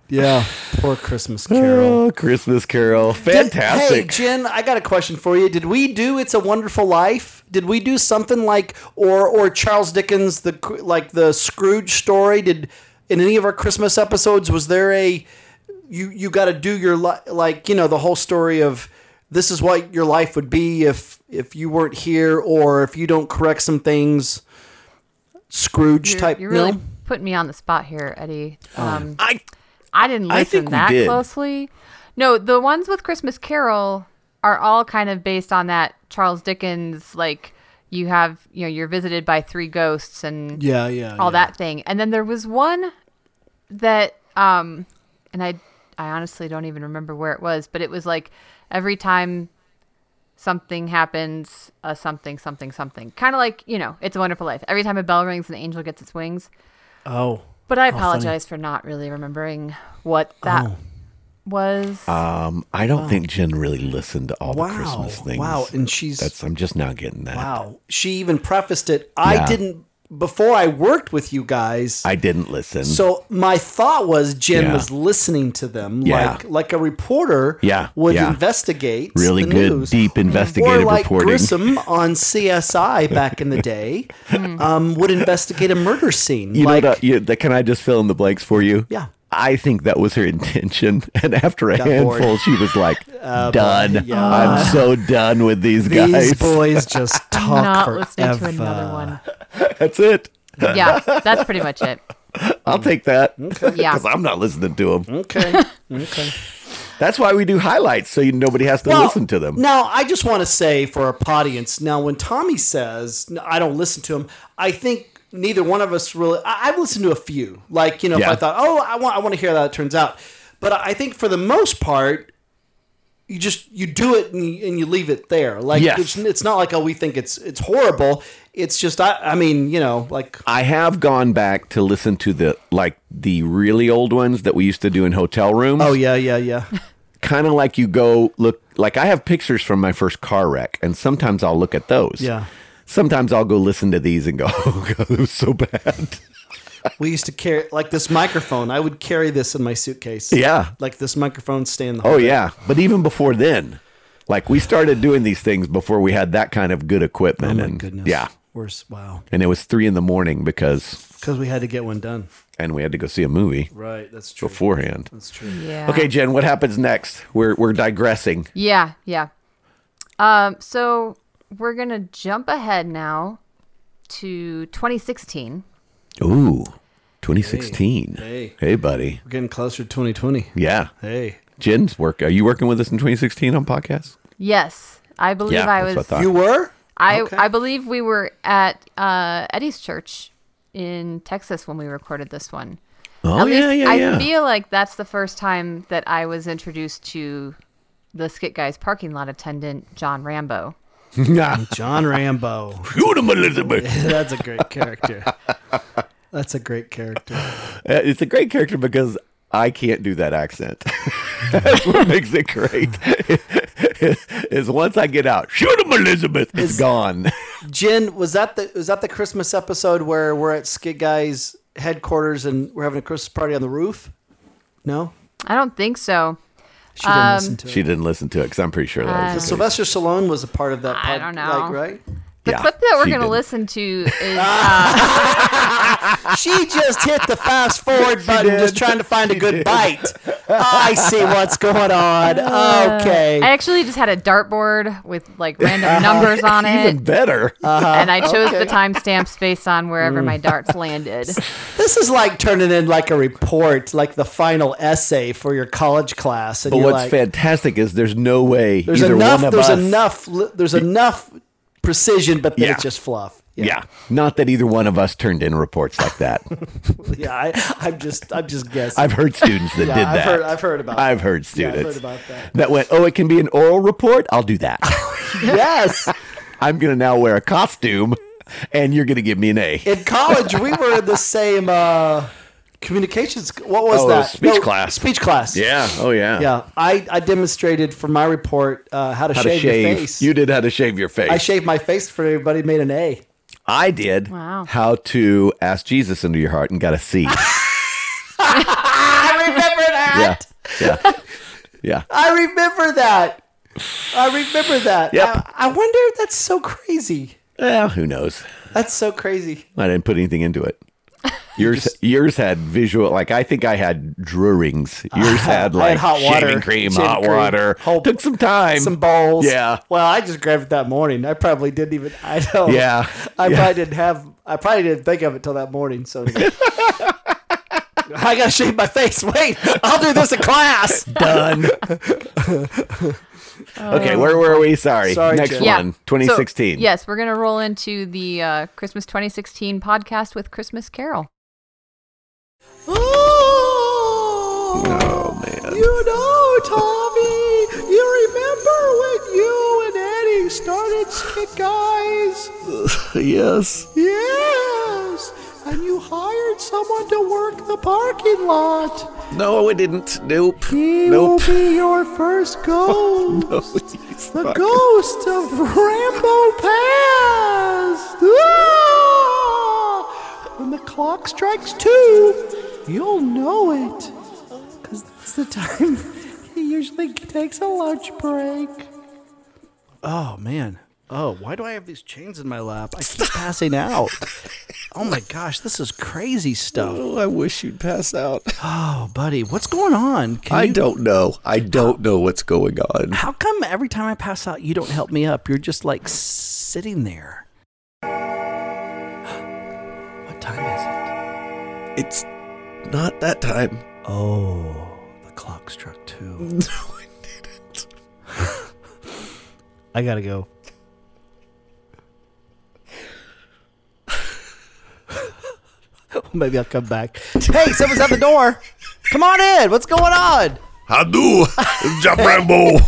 S3: Yeah, poor Christmas Carol.
S2: Oh, Christmas Carol.
S3: Hey,
S2: Fantastic.
S3: Jen, I got a question for you. Did we do "It's a Wonderful Life"? Did we do something like, or or Charles Dickens, the cr- like the Scrooge story? Did in any of our Christmas episodes was there a you you got to do your li- like you know the whole story of this is what your life would be if if you weren't here or if you don't correct some things, Scrooge
S4: You're,
S3: type.
S4: you're really
S3: no?
S4: putting me on the spot here, Eddie. Um,
S2: I
S4: I didn't listen
S2: I think we
S4: that
S2: Oh, did.
S4: closely. No, the ones with Christmas Carol are all kind of based on that Charles Dickens, like you have, you know, you're visited by three ghosts and
S3: yeah, yeah,
S4: all
S3: yeah.
S4: that thing. And then there was one that, um, and I, I honestly don't even remember where it was, but it was like every time something happens, a something, something, something, kind of like you know, it's a wonderful life. Every time a bell rings, an angel gets its wings.
S3: Oh, Oh.
S4: But I apologize for not really remembering what that was.
S3: Uh,
S2: um I don't think Jen really listened to all the
S3: Wow.
S2: Christmas things.
S3: Wow, and she's-
S2: that's I'm just now getting that.
S3: Wow. She even prefaced it. I
S2: Yeah.
S3: didn't before I worked with you guys.
S2: I didn't listen.
S3: so my thought was Jen
S2: Yeah.
S3: was listening to them
S2: Yeah.
S3: like like a reporter
S2: Yeah,
S3: would
S2: yeah.
S3: investigate
S2: really
S3: the
S2: good,
S3: news.
S2: deep
S3: or
S2: investigative
S3: like
S2: reporting.
S3: Grissom on CSI back in the day
S4: Hmm.
S3: um, would investigate a murder scene
S2: You
S3: like
S2: know that, you, that can I just fill in the blanks for you?
S3: Yeah.
S2: I think that was her intention. And after a
S3: Got
S2: handful,
S3: bored.
S2: she was like, done.
S3: Uh, yeah.
S2: I'm so done with these,
S3: these
S2: guys.
S3: boys just talk
S4: not
S3: forever.
S4: listening to another one.
S2: That's it.
S4: Yeah, that's pretty much it.
S2: I'll take that. Because
S4: Yeah.
S2: I'm not listening to them.
S3: Okay. okay.
S2: That's why we do highlights so you, nobody has to
S3: Well,
S2: listen to them.
S3: Now, I just want to say for our audience, now when Tommy says "No, I don't listen to him, I think neither one of us really. I, I've listened to a few, like you know, if
S2: Yeah.
S3: I thought, oh, I want, I want to hear how it turns out. But I I think for the most part, you just you do it and you, and you leave it there. Like
S2: Yes.
S3: it's, it's not like oh, we think it's it's horrible. It's just I, I mean, you know, like
S2: I have gone back to listen to the like the really old ones that we used to do in hotel rooms.
S3: oh yeah, yeah, yeah.
S2: kind of like you go look like I have pictures from my first car wreck, and sometimes I'll look at those.
S3: Yeah.
S2: Sometimes I'll go listen to these and go, "Oh God, it was so bad."
S3: We used to carry like this microphone. I would carry this in my suitcase.
S2: Yeah.
S3: like this microphone stay in the.
S2: Oh yeah, but even before then, like we started doing these things before we had that kind of good equipment.
S3: Oh, my
S2: and
S3: goodness.
S2: yeah,
S3: Worse. Wow.
S2: and it was three in the morning because,
S3: Because we had to get one done.
S2: and we had to go see a movie
S3: Right. That's true.
S2: beforehand.
S3: That's true.
S4: Yeah.
S2: Okay, Jen, what happens next? We're we're digressing.
S4: Yeah, yeah. Um, so we're gonna jump ahead now to 2016.
S2: Ooh, 2016.
S3: Hey.
S2: hey, buddy.
S3: We're getting closer to 2020.
S2: Yeah,
S3: Hey.
S2: Jen's work. Are you working with us in 2016 on podcasts?
S4: Yes, I believe
S2: Yeah,
S4: I was.
S2: that's what I thought.
S3: You were?
S4: I,
S3: Okay.
S4: I believe we were at uh, Eddie's church in Texas when we recorded this one.
S2: Oh
S4: At least
S2: yeah, yeah,
S4: I
S2: yeah.
S4: feel like that's the first time that I was introduced to the Skit Guys parking lot attendant John Rambo.
S2: Nah,
S3: John Rambo.
S2: shoot 'em, Elizabeth.
S3: That's a great character. That's a great character.
S2: Uh, It's a great character because I can't do that accent. That's what makes it great. Is once I get out, shoot 'em, Elizabeth. It's gone.
S3: Jen, was that the was that the Christmas episode where we're at Skid Guy's headquarters and we're having a Christmas party on the roof? No?
S4: I don't think so.
S3: She didn't
S4: Um,
S3: listen to
S2: She
S3: it.
S2: didn't listen to it because I'm pretty sure that was the case.
S3: Ah. Sylvester Stallone was a part of that.
S4: I
S3: pod-
S4: don't know.
S3: like, right?
S4: The
S2: Yeah,
S4: clip that we're
S2: she
S4: going to
S2: didn't.
S4: listen to is uh,
S3: She just hit the fast forward button,
S2: did.
S3: just trying to find a good bite. I see what's going on. Okay.
S4: I actually just had a dartboard with like random numbers on it.
S2: Even better.
S3: Uh,
S2: Mm.
S4: and I chose the timestamps based on wherever my darts landed.
S3: This is like turning in like a report, like the final essay for your college class. And
S2: but
S3: you're
S2: what's
S3: like,
S2: fantastic is there's no way
S3: there's
S2: either
S3: enough,
S2: one of
S3: there's
S2: us.
S3: enough, li- there's enough precision, but then
S2: Yeah.
S3: it's just fluff.
S2: Yeah, not that either one of us turned in reports like that.
S3: yeah. I, I'm just, I'm just guessing.
S2: I've heard students that
S3: Yeah,
S2: did
S3: I've
S2: that.
S3: heard- I've heard about
S2: I've
S3: that.
S2: heard
S3: Yeah, I've
S2: students
S3: heard about that.
S2: went, oh, it can be an oral report. I'll do that.
S3: yes.
S2: I'm gonna now wear a costume, and you're gonna give me an A.
S3: In college, we were in the same uh, communications. What was
S2: Oh, it
S3: that?
S2: was speech class.
S3: Speech class.
S2: Yeah. Oh yeah.
S3: Yeah, I, I demonstrated for my report uh, how to,
S2: How to
S3: shave,
S2: shave?
S3: your face.
S2: You did how to shave your face.
S3: I shaved my face for everybody. Made an A.
S2: I did.
S4: Wow.
S2: How to ask Jesus into your heart and got a C.
S3: I remember
S2: yeah.
S3: that.
S2: Yeah. Yeah.
S3: I remember that. I remember that.
S2: Yep.
S3: I, I wonder. if That's so crazy.
S2: Well, who knows?
S3: That's so crazy.
S2: I didn't put anything into it. Yours, yours had visual. Like I think I had drawings. Yours had
S3: I had
S2: like
S3: hot water,
S2: shaving cream,
S3: shaving
S2: hot
S3: cream,
S2: water.
S3: whole-
S2: Took some time.
S3: Some balls.
S2: Yeah.
S3: Well, I just grabbed it that morning. I probably didn't even. I know.
S2: Yeah.
S3: I
S2: Yeah.
S3: probably didn't have. I probably didn't think of it till that morning. So. I gotta shave my face. Wait, I'll do this in class.
S2: Done. okay, where were we? Sorry.
S3: Sorry,
S2: Next
S3: Jen.
S4: Um, Yeah.
S2: one,
S4: So,
S2: 2016.
S4: yes, we're going to roll into the uh, Christmas 2016 podcast with Christmas Carol.
S2: Oh man.
S3: You know, Tommy, you remember when you and Eddie started Skit Guys?
S2: Yes.
S3: Yes! And you hired someone to work the parking lot.
S2: No, we didn't. Nope.
S3: He
S2: nope. Oh,
S3: will be your first ghost.
S2: No, he's
S3: the
S2: not.
S3: ghost of Rambo Pass! Ah! When the clock strikes two, you'll know it. Because that's the time he usually takes a lunch break. Oh, man. Oh, why do I have these chains in my lap? I keep passing out. Oh my gosh, this is crazy stuff.
S2: Oh, I wish you'd pass out.
S3: Oh, buddy, what's going on? Can
S2: I
S3: you-
S2: don't know. I don't know what's going on.
S3: How come every time I pass out, you don't help me up? You're just like sitting there. What time
S2: It's not that time.
S3: is it? Oh, the clock struck two.
S2: No,
S3: I gotta go. Maybe I'll come back. Hey, someone's at the door. Come on in. What's going on?
S5: Hadu, Jump Rambo,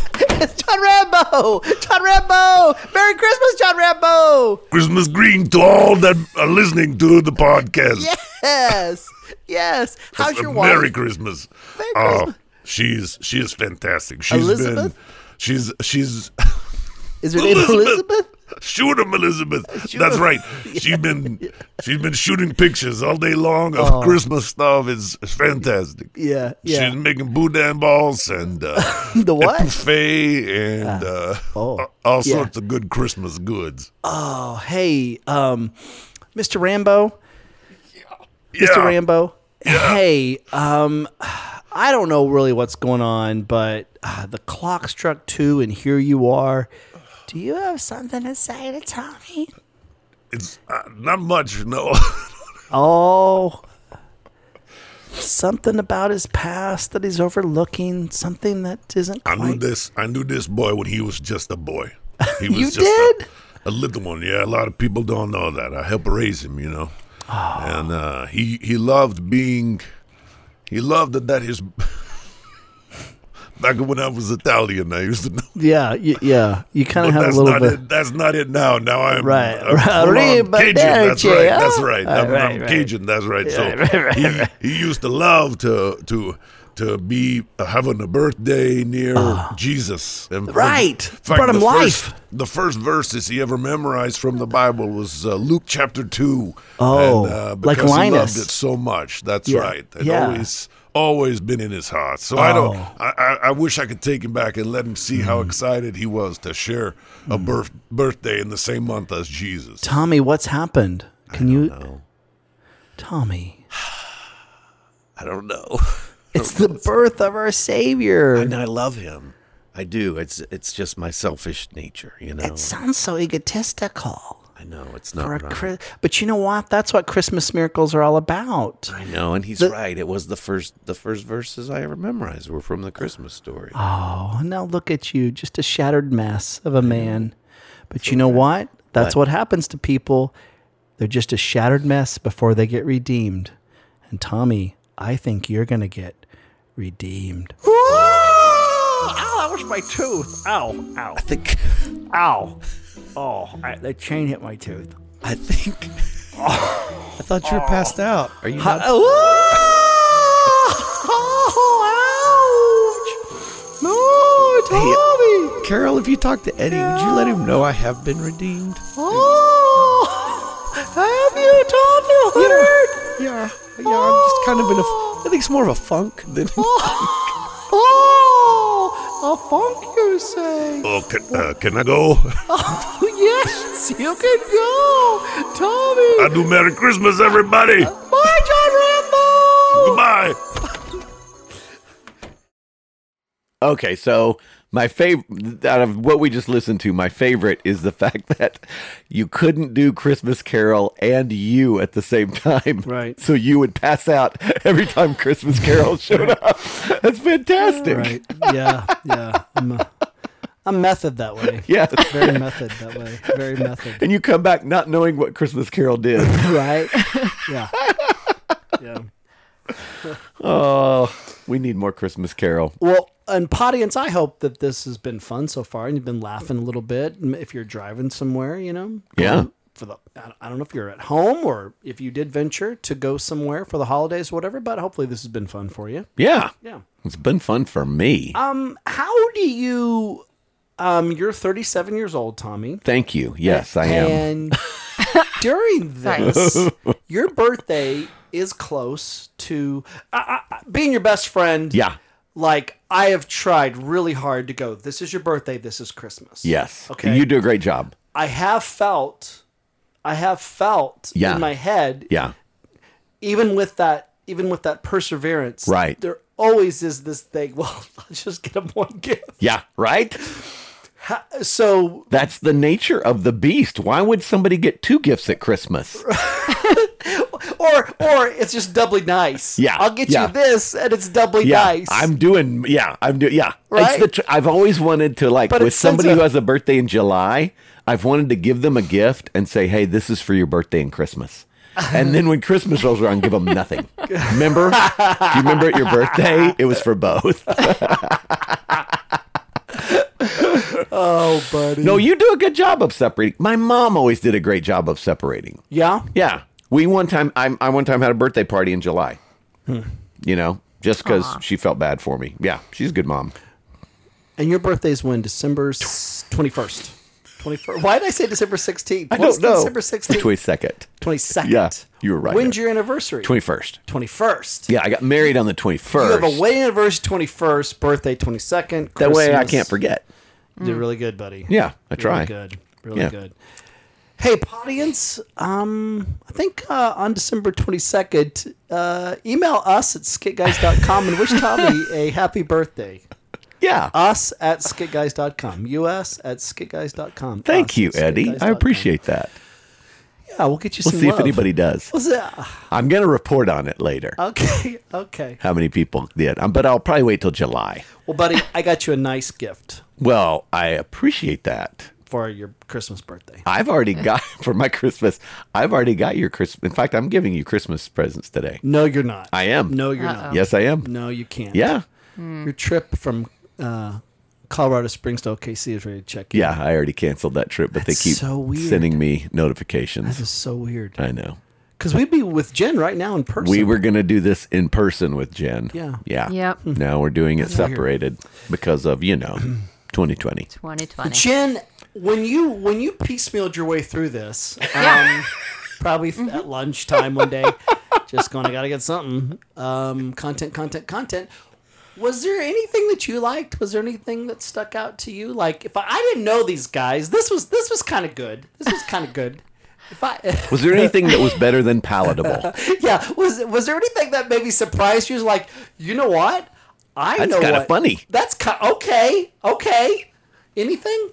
S3: It's John Rambo. John Rambo. Merry Christmas, John Rambo.
S5: Christmas green to all that are listening to the podcast.
S3: Yes. Yes. How's your wife?
S5: Merry Christmas.
S3: Merry
S5: Oh,
S3: Christmas.
S5: she's she is fantastic. She's
S3: Elizabeth?
S5: been she's she's
S3: Is her name Elizabeth?
S5: shoot 'em, Elizabeth. That's right. She's been she's been shooting pictures all day long of Christmas stuff. It's, it's fantastic.
S3: Oh. Yeah.
S5: She's
S3: Yeah.
S5: making boudin balls and uh,
S3: The what?
S5: buffet and uh,
S3: oh,
S5: all
S3: yeah.
S5: sorts of good Christmas goods.
S3: Oh, hey, um, Mr. Rambo. Mr.
S5: Yeah.
S3: Rambo. Hey, um, I don't know really what's going on, but uh, the clock struck two, and here you are. Do you have something to say to Tommy?
S5: It's uh, not much, no.
S3: Oh, something about his past that he's overlooking, something that isn't
S5: I knew
S3: quite.
S5: this. I knew this boy when he was just a boy. He was
S3: You
S5: just
S3: did?
S5: A, a little one. Yeah, a lot of people don't know that. I helped raise him, you know. And uh, he he loved being. He loved that his. Back when I was Italian, I used to know.
S3: Yeah, y- yeah. You kind of
S5: But
S3: have a
S5: that's
S3: little
S5: not
S3: bit.
S5: it. That's not it now. Now I'm
S3: Right.
S5: I'm full-on
S3: Arriba,
S5: Cajun. That's
S3: Derek,
S5: right.
S3: yeah?
S5: That's right. I'm,
S3: oh. Right,
S5: I'm
S3: right.
S5: Cajun. That's right. So he, he used to love to to to be having a birthday near Jesus. And
S3: Ah. Right.
S5: in fact,
S3: Brought him
S5: the
S3: life.
S5: First, the first verses he ever memorized from the Bible was uh, Luke chapter two.
S3: Oh,
S5: and, uh,
S3: like
S5: because he
S3: Linus.
S5: loved it so much. That's
S3: Yeah.
S5: right. It
S3: Yeah. Oh.
S5: always always been in his heart. So I don't. I, I, I wish I could take him back and let him see
S12: Mm-hmm.
S5: how excited he was to share a birth, birthday in the same month as Jesus.
S3: Tommy, what's happened? Can you, Tommy?
S5: I don't know.
S3: It's the birth of our Savior.
S7: And I love him. I do. It's it's just my selfish nature, you know.
S3: It sounds so egotistical.
S7: I know it's not
S3: For a
S7: right.
S3: Chri- but you know what? That's what Christmas miracles are all about.
S7: I know, and he's
S3: The-
S7: right. It was the first the first verses I ever memorized were from the Christmas story.
S2: Ah.
S3: Oh, now look at you, just a shattered mess of a man. But you know what? That's what happens to people. They're just a shattered mess before they get redeemed. And Tommy, I think you're going to get redeemed. Ow, that was my tooth. Ow, ow,
S7: I think
S3: ow. Oh, I, that chain hit my tooth. Oh.
S7: I think I thought you were passed out. Are you not
S3: Oh, ouch! No, Tommy!
S7: Carol, if you talk to Eddie, would you let him know I have been redeemed?
S3: Oh, have you told the hurt?
S7: Yeah. Yeah, I'm just kind of in a I think it's more of a funk than
S3: Oh, a funk, you say?
S5: Oh, can, uh, can I go?
S3: Oh, Yes, you can go, Tommy.
S5: I do Merry Christmas, everybody.
S3: Bye, John Rambo.
S5: Goodbye.
S2: Okay, so my favorite out of what we just listened to, my favorite is the fact that you couldn't do Christmas Carol and you at the same time.
S3: Right.
S2: So you would pass out every time Christmas Carol showed up. That's fantastic.
S3: Right. Yeah. Yeah. I'm, a, I'm method that way.
S2: Yeah.
S3: Very method that way. Very method.
S2: And you come back not knowing what Christmas Carol did.
S3: Right. Yeah. Yeah.
S2: Oh, we need more Christmas Carol.
S3: Well, and audience, I hope that this has been fun so far, and you've been laughing a little bit. M- If you're driving somewhere, you know,
S2: Yeah.
S3: for the I don't- I don't know if you're at home or if you did venture to go somewhere for the holidays, whatever. But hopefully, this has been fun for you.
S2: Yeah.
S3: Yeah.
S2: It's been fun for me.
S3: Um, how do you? Um, you're 37 years old, Tommy.
S2: Thank you. Yes, I am.
S3: And during
S13: Sorry.
S3: this, your birthday is close to uh, uh, being your best friend.
S2: Yeah.
S3: Like I have tried really hard to go. This is your birthday. This is Christmas.
S2: Yes.
S3: Okay.
S2: You do a great job.
S3: I have felt, I have felt
S2: Yeah.
S3: in my head,
S2: Yeah.
S3: even with that, even with that perseverance.
S2: Right.
S3: There always is this thing. Well, I'll just get him one gift.
S2: Yeah. Right?
S3: So
S2: That's the nature of the beast. Why would somebody get two gifts at Christmas?
S3: or or it's just doubly nice.
S2: Yeah,
S3: I'll get
S2: yeah.
S3: you this, and it's doubly
S2: yeah,
S3: nice.
S2: I'm doing. Yeah, I'm doing. Yeah,
S3: Right?
S2: It's the tr- I've always wanted to like
S3: But
S2: with
S3: it's since
S2: somebody
S3: a-
S2: who has a birthday in July. I've wanted to give them a gift and say, "Hey, this is for your birthday and Christmas." And then when Christmas rolls around, give them nothing. Remember? Do you remember at your birthday? It was for both.
S3: oh, buddy.
S2: no, you do a good job of separating. My mom always did a great job of separating.
S3: Yeah.
S2: Yeah, we one time I, I one time had a birthday party in July.
S3: Hmm.
S2: You know, just because she felt bad for me. Yeah, she's a good mom.
S3: And your birthday's when? December twenty first. Twenty first. Why did I say December sixteenth?
S2: I don't know.
S3: December sixteenth.
S2: Twenty second.
S3: Twenty second.
S2: Yeah, you were right
S3: When's
S2: there.
S3: your anniversary?
S2: Twenty first.
S3: Twenty first.
S2: Yeah, I got married on the 21st.
S3: You have a wedding anniversary twenty first, birthday twenty second.
S2: that way I can't forget.
S3: You did really good, buddy.
S2: Yeah, I try.
S3: Really good. Really
S2: Yeah.
S3: good. Hey, audience. Um, I think uh, on December 22nd, uh, email us at skitguys.com and wish Tommy a happy birthday.
S2: Yeah.
S3: Us at skitguys.com. US at skitguys.com.
S2: Thank
S3: us
S2: you,
S3: at
S2: Eddie. I
S3: skitguys.com.
S2: appreciate that.
S3: Yeah, we'll get you
S2: We'll
S3: some
S2: see if
S3: love.
S2: anybody does.
S3: Was it- ah,
S2: I'm going to report on it later.
S3: Okay, okay.
S2: How many people did? Um, but I'll probably wait till July.
S3: Well, buddy, I got you a nice gift
S2: Well, I appreciate that.
S3: for your Christmas birthday.
S2: I've already got for my Christmas. I've already got your Christmas. In fact, I'm giving you Christmas presents today.
S3: No, you're not.
S2: I am.
S3: No, you're not.
S2: Yes, I am.
S3: Um, No, you can't.
S2: Yeah.
S3: Your trip from uh, Colorado Springs to OKC is ready to check in.
S2: Yeah, I already canceled that trip, but
S3: That's
S2: they keep
S3: so weird.
S2: sending me notifications.
S3: This is so weird.
S2: I know.
S3: Because we'd be with Jen right now in person.
S2: We were going to do this in person with Jen.
S3: Yeah. Hmm.
S2: Yeah.
S4: Yep.
S2: Now we're doing it separated because of, you know, 2020.
S4: 2020.
S3: Jen, when you when you piecemealed your way through this, um, probably at lunchtime one day, just going, I gotta get something. Um, content, content, content. Was there anything that you liked? Was there anything that stuck out to you? Like, if I, I didn't know these guys, this was this was kind of good. This was kind of good. If I
S2: Was there anything that was better than palatable?
S3: yeah was was there anything that maybe surprised you? Like you know what? I
S2: That's
S3: know
S2: kinda
S3: what-
S2: funny.
S3: That's ki- okay. Okay. Anything?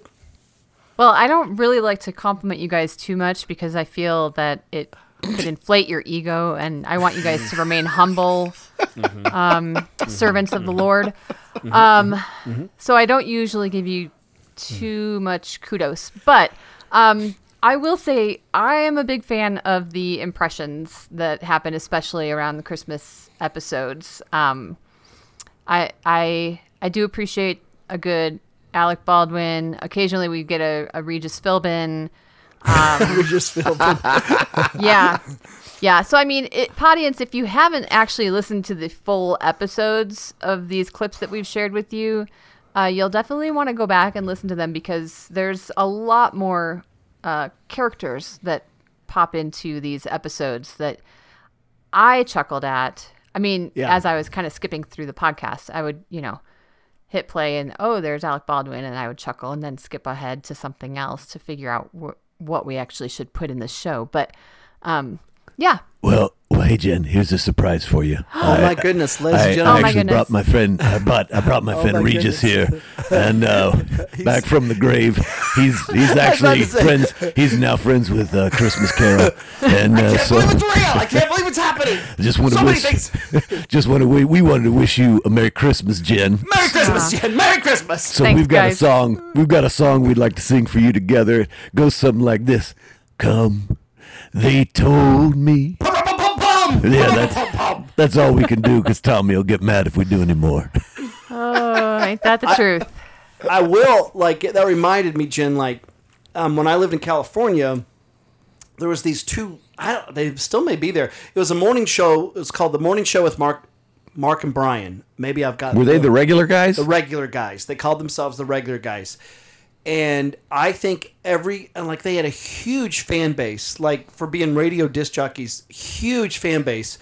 S4: Well, I don't really like to compliment you guys too much because I feel that it could inflate your ego, and I want you guys to remain humble um, servants of the Lord. Um, So I don't usually give you too much kudos, but um, I will say I am a big fan of the impressions that happen, especially around the Christmas episodes. Um, I I I do appreciate a good Alec Baldwin. Occasionally, we get a, a Regis Philbin. Um,
S3: We just feel bad.
S4: Yeah, yeah. So I mean, it, audience, if you haven't actually listened to the full episodes of these clips that we've shared with you, uh, you'll definitely want to go back and listen to them because there's a lot more uh, characters that pop into these episodes that I chuckled at. I mean,
S3: Yeah.
S4: as I was kind of skipping through the podcast, I would, you know, hit play and oh, there's Alec Baldwin, and I would chuckle and then skip ahead to something else to figure out wh- what we actually should put in the show. But um, yeah,
S12: Well, well, hey Jen, here's a surprise for you.
S3: Oh my goodness, ladies
S12: I,
S3: and
S12: I
S4: Oh
S3: gentlemen.
S4: my
S12: actually
S4: goodness.
S12: brought my friend. I brought I brought my friend
S3: my
S12: Regis here, and uh, back from the grave. He's he's actually
S3: to say.
S12: friends. He's now friends with uh, Christmas Carol, and uh,
S3: Oh I can't
S12: so
S3: believe it's real. I can't believe it's happening.
S12: just want
S3: so
S12: to
S3: many
S12: wish.
S3: things.
S12: Just want to we, we wanted to wish you a Merry Christmas, Jen.
S3: Merry Christmas, Jen. Merry Christmas.
S12: So
S4: Thanks,
S12: we've got a
S4: guys.
S12: song. We've got a song we'd like to sing for you together. It goes something like this: Come, they told me.
S3: Pum, pum, pum, pum, pum.
S12: Yeah, that's that's all we can do because Tommy will get mad if we do any more.
S4: oh, ain't that the truth?
S3: I will like that reminded me, Jen. Like um, when I lived in California, there was these two. I don't. They still may be there. It was a morning show. It was called the Morning Show with Mark, Mark and Brian. Maybe I've got.
S2: Were they the regular guys?
S3: the regular guys. They called themselves the regular guys. And I think every and like they had a huge fan base, like for being radio disc jockeys, huge fan base.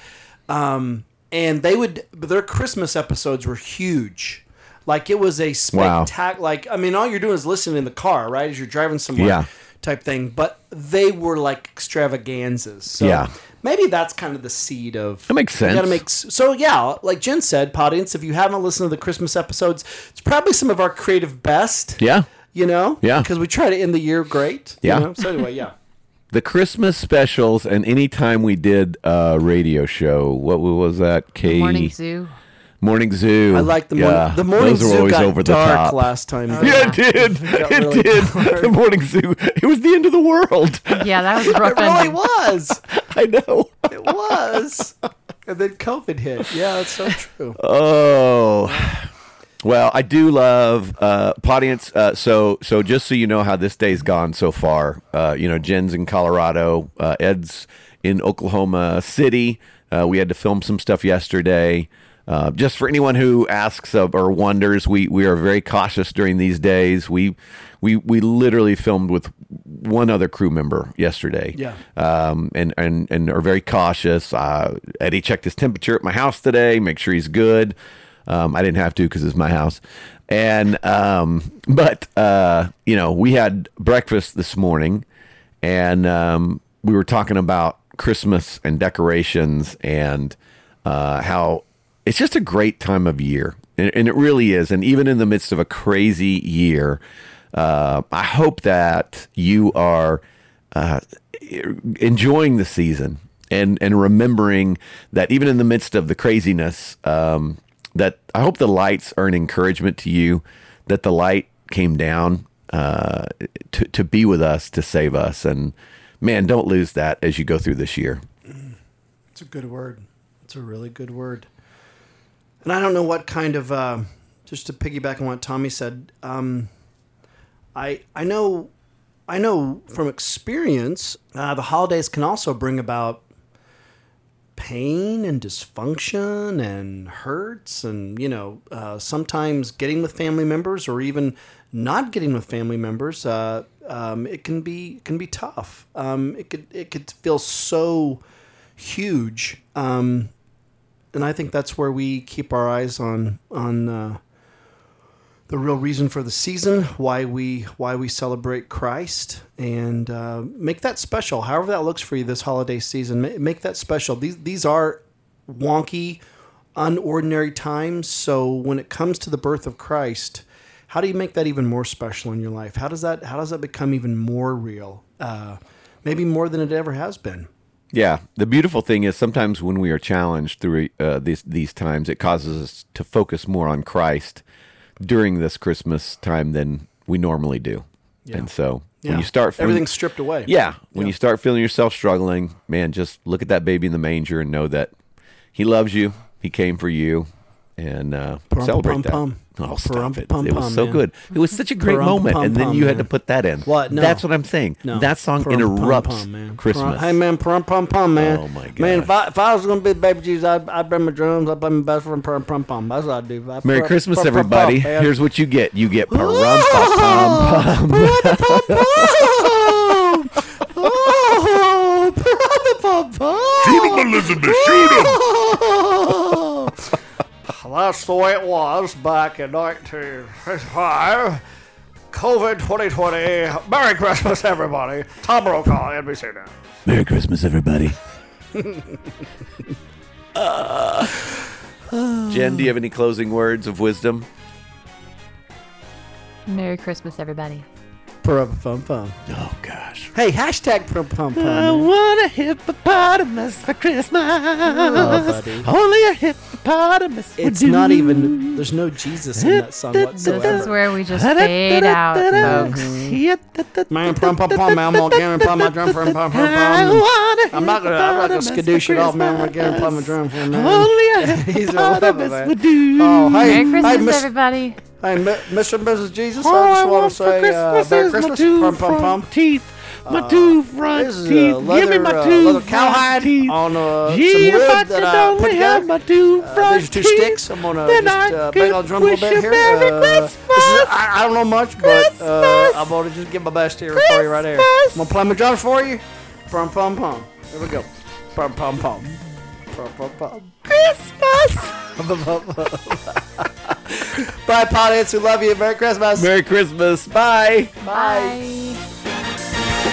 S3: Um, and they would their Christmas episodes were huge. Like it was a
S2: Wow.
S3: spectac Like I mean, all you're doing is listening in the car, right? As you're driving somewhere,
S2: Yeah.
S3: type thing. But they were like extravaganzas. So
S2: Yeah.
S3: maybe that's kind of the seed of
S2: That makes
S3: you gotta
S2: sense.
S3: make so yeah, like Jen said, audience, if you haven't listened to the Christmas episodes, it's probably some of our creative best.
S2: yeah.
S3: You know?
S2: Yeah.
S3: Because we try to end the year great. you
S2: Yeah.
S3: know? So anyway, yeah.
S2: the Christmas specials and any time we did a radio show. What was that? K E?
S4: Morning Zoo.
S2: Morning Zoo.
S3: I like the morning.
S2: Yeah,
S3: the morning
S2: those were
S3: zoo
S2: always
S3: got
S2: over the
S3: dark
S2: top.
S3: last time. though.
S2: Yeah, it did.
S3: got
S2: It
S3: really
S2: did. The morning zoo. It was the end of the world.
S4: Yeah, that was a rough
S3: It really
S4: ending.
S3: was.
S2: I know.
S3: It was. And then COVID hit. Yeah, that's so true.
S2: Oh. Well, I do love uh audience. Uh, so so just so you know how this day's gone so far. Uh, you know, Jen's in Colorado, uh, Ed's in Oklahoma City. Uh, we had to film some stuff yesterday. Uh, just for anyone who asks uh, or wonders, we we are very cautious during these days. We we we literally filmed with one other crew member yesterday.
S3: Yeah.
S2: Um, and, and, and are very cautious. Uh, Eddie checked his temperature at my house today, make sure he's good. Um, I didn't have to because it's my house. And, um, but, uh, you know, we had breakfast this morning and, um, we were talking about Christmas and decorations and, uh, how it's just a great time of year. And, and it really is. And even in the midst of a crazy year, uh, I hope that you are uh, enjoying the season and, and remembering that even in the midst of the craziness, um, that I hope the lights are an encouragement to you, that the light came down uh, to, to be with us, to save us. And man, don't lose that as you go through this year.
S3: It's a good word. It's a really good word. And I don't know what kind of uh, just to piggyback on what Tommy said. Um, I I know I know from experience uh, the holidays can also bring about pain and dysfunction and hurts and you know uh, sometimes getting with family members or even not getting with family members uh, um, it can be can be tough um, it could it could feel so huge um, and I think that's where we keep our eyes on on uh, the real reason for the season, why we why we celebrate Christ, and uh, make that special. However that looks for you this holiday season, ma- make that special. These these are wonky, unordinary times. So when it comes to the birth of Christ, how do you make that even more special in your life? How does that how does that become even more real? Uh, maybe more than it ever has been.
S2: Yeah, the beautiful thing is sometimes when we are challenged through uh, these these times, it causes us to focus more on Christ during this Christmas time than we normally do. And so when you start feeling,
S3: everything's stripped away.
S2: yeah, when you start feeling yourself struggling, man, just look at that baby in the manger and know that He loves you. He came for you, and uh,
S3: Pum,
S2: celebrate
S3: pum,
S2: that.
S3: pum.
S2: Oh, stop
S3: Pum,
S2: it!
S3: pum,
S2: it was
S3: pum,
S2: so
S3: man.
S2: good. It was such a great
S3: Pum,
S2: moment,
S3: pum,
S2: and then
S3: pum,
S2: you had
S3: man.
S2: to put that in.
S3: What? No.
S2: That's what I'm saying.
S3: No.
S2: That song
S3: Pum, pum,
S2: interrupts
S3: pum, man.
S2: Christmas.
S3: Pum, hey man, pum pum pum man.
S2: Oh, my
S3: Man,
S2: gosh.
S3: if I, if I was gonna be baby Jesus, I'd, I'd bring my drums, I'd play my best friend pum pum pum. That's what I'd do. I'd
S2: Merry
S3: pum,
S2: Christmas,
S3: pum, pum,
S2: everybody.
S3: pum, man.
S2: Here's what you get. You get pa-rum-pa-pum-pum.
S3: Oh, oh, brother pum pum.
S5: Shoot 'em, Elizabeth, shoot 'em!
S3: Oh. That's the way it was back in 1955. COVID 2020. Merry Christmas, everybody. Tom Brokaw, NBC Now.
S2: Merry Christmas, everybody. Jen, do you have any closing words of wisdom?
S4: Merry Christmas, everybody.
S3: pum pum.
S2: Oh, gosh.
S3: Hey, hashtag pum pum
S12: I
S3: pum.
S12: want a hippopotamus for Christmas.
S3: buddy.
S12: Only a hippopotamus. would
S3: It's
S12: do.
S3: not even. There's no Jesus in that song
S4: This is
S3: whatsoever.
S4: where we just fade out, folks.
S3: Man, pum pum pum, man, I'm gonna give him pum, my drum, pum pum pum pum. I'm not gonna, I'm not gonna skadoosh it off, man. I'm gonna give him pum, my drum, pum, man.
S12: Only a
S3: He's a lover,
S12: hippopotamus
S3: man.
S12: would do.
S3: Oh, hey,
S4: Merry Christmas,
S3: hey, Miss,
S4: everybody.
S3: hey, Mi- Mr. and Mrs. Jesus,
S12: All
S3: I
S12: I
S3: just
S12: want
S3: want to
S12: for
S3: say uh,
S12: Christmas
S3: Merry
S12: is my
S3: Christmas,
S12: two
S3: pum pum
S12: front
S3: pum. Uh,
S12: teeth. My two front
S3: This is
S12: teeth.
S3: a leather,
S12: Give me my
S3: uh,
S12: two
S3: leather
S12: front
S3: cowhide
S12: teeth.
S3: on uh, some
S12: Gee, if I could
S3: wood that I put
S12: only have
S3: together.
S12: my two
S3: Uh,
S12: front
S3: these are two
S12: teeth,
S3: sticks. I'm gonna
S12: then
S3: just
S12: I
S3: uh,
S12: could
S3: bang on the drum a
S12: wish
S3: little bit
S12: you
S3: here.
S12: Merry
S3: uh,
S12: Christmas.
S3: This is, I, I don't know much, but uh,
S12: Christmas.
S3: I'm gonna just give my best here for you right here. I'm
S12: Christmas.
S3: gonna play my drums for you. Pum pum pum. Here we go. Pum pum pum. Pum pum pum.
S12: Christmas.
S3: Bye, Potheads. We love you. Merry Christmas.
S2: Merry Christmas. Bye.
S4: Bye.